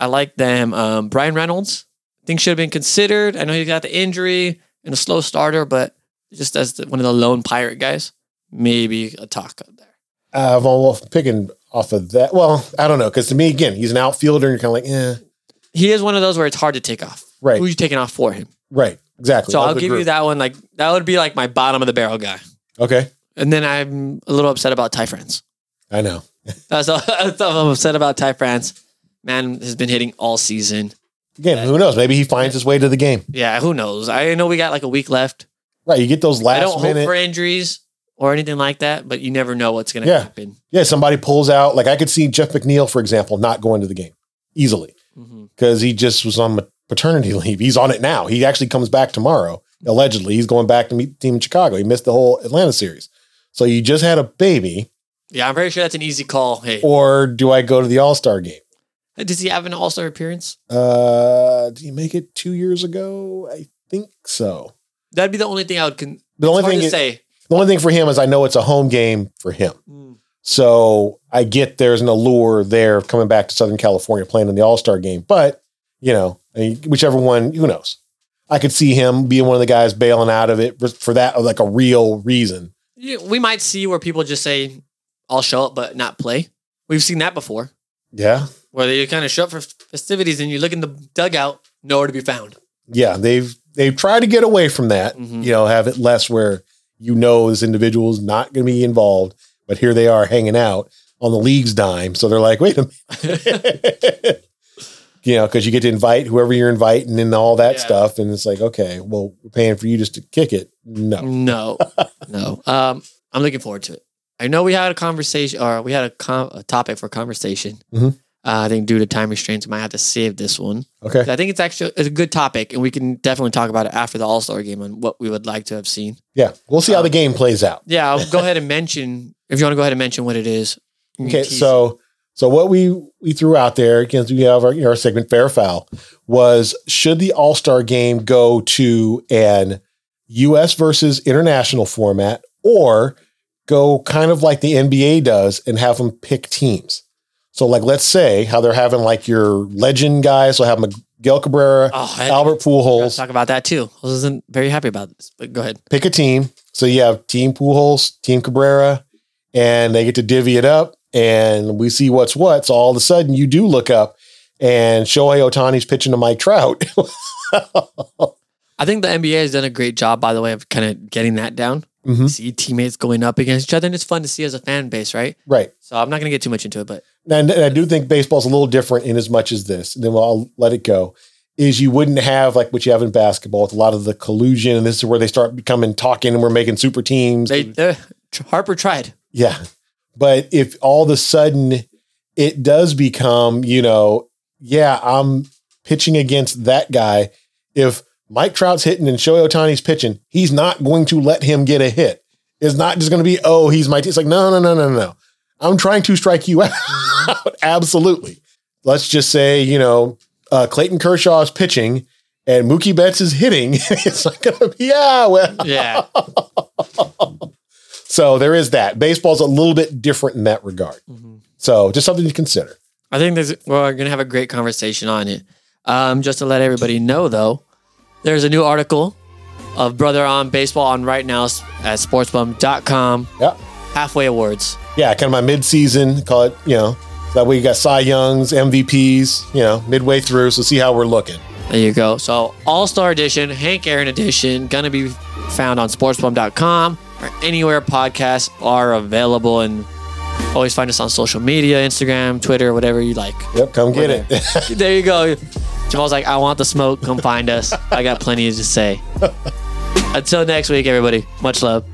I like them. Um, Brian Reynolds, I think should have been considered. I know he got the injury and a slow starter, but just as the, one of the lone pirate guys, maybe a taco there. Uh, Von Wolf picking off of that. Well, I don't know. Because to me, again, he's an outfielder and you're kind of like, eh. He is one of those where it's hard to take off. Right. Who you taking off for him? Right. Exactly. So Of I'll the give you group. that one. Like that would be like my bottom of the barrel guy. Okay. And then I'm a little upset about Ty France. I know. That's all, that's all I'm upset about Ty France. Man has been hitting all season. Again, who knows? Maybe he finds his way to the game. Yeah, who knows? I know we got like a week left. Right. You get those I last don't minute. hope for injuries or anything like that, but you never know what's going to Yeah. happen. yeah. Somebody pulls out. Like I could see Jeff McNeil, for example, not going to the game easily Mhm. because he just was on ma- paternity leave. He's on it now. He actually comes back tomorrow. Allegedly, he's going back to meet the team in Chicago. He missed the whole Atlanta series. So you just had a baby, Yeah, I'm pretty sure that's an easy call. Hey, or do I go to the All Star game? does he have an All Star appearance? Uh, did he make it two years ago? I think so. That'd be the only thing I would. Con- The only it's hard thing to is- say. The only thing for him is I know it's a home game for him. Mm. So I get there's an allure there of coming back to Southern California playing in the All Star game, but you know, I mean, whichever one, who knows? I could see him being one of the guys bailing out of it for- for that like a real reason. You- we might see where people just say, "I'll show up but not play." We've seen that before, Yeah, where they kind of show up for festivities and you look in the dugout, nowhere to be found. yeah. They've they've tried to get away from that. Mhm. You know, have it less where you know this individual's not going to be involved, but here they are hanging out on the league's dime. So they're like, wait a minute. You know, because you get to invite whoever you're inviting and all that Yeah. stuff. And it's like, okay, well, we're paying for you just to kick it. No. No, no. Um, I'm looking forward to it. I know we had a conversation, or we had a, com- a topic for conversation. Mhm. Uh, I think due to time restraints, we might have to save this one. Okay. I think it's actually it's a good topic, and we can definitely talk about it after the All Star game and what we would like to have seen. Yeah. We'll see how the game plays out. Yeah, I'll go ahead and mention if you want to go ahead and mention what it is. You can Okay, tease. so so what we we threw out there again, we have our, you know, our segment fair or foul was should the All Star game go to an U.S. versus international format or go kind of like the NBA does and have them pick teams. So like let's say how they're having like your legend guys, so have Miguel Cabrera, Oh, I- Albert Let's Pujols, talk about that too. I wasn't very happy about this, but go ahead. pick a team. So you have Team Pujols, Team Cabrera, and they get to divvy it up, and we see what's what. So all of a sudden, you do look up, and Shohei Otani's pitching to Mike Trout. I think the NBA has done a great job, by the way, of kind of getting that down. Mhm. See teammates going up against each other, and it's fun to see as a fan base, right? right. So I'm not going to get too much into it, but And, and I do think baseball's a little different in as much as this, and then I'll let it go. Is you wouldn't have like what you have in basketball with a lot of the collusion, and this is where they start becoming talking, and we're making super teams. they they're- Harper tried. Yeah. But if all of a sudden it does become, you know, yeah, I'm pitching against that guy. If Mike Trout's hitting and Shohei Otani's pitching, he's not going to let him get a hit. It's not just going to be, oh, he's my team. It's like, no, no, no, no, no, no. I'm trying to strike you out. Absolutely. Let's just say, you know, uh, Clayton Kershaw is pitching and Mookie Betts is hitting. it's not going to be, yeah, well, Yeah, so there is that. Baseball's a little bit different in that regard. So just something to consider. I think there's, we're going to have a great conversation on it. Um, just to let everybody know, though, there's a new article of Brother on Baseball on right now at sportsbum.com. Yeah. Halfway awards. Yeah, kind of my mid-season, call it, you know, so that way you got Cy Young's, MVPs, you know, midway through. So see how we're looking. There you go. So All Star Edition, Hank Aaron Edition, gonna be found on sportsbum.com or anywhere podcasts are available. And always find us on social media, Instagram, Twitter, whatever you like. Yep, come get it. there you go. Jamal's like, I want the smoke. Come find us. I got plenty to say. Until next week, everybody. Much love.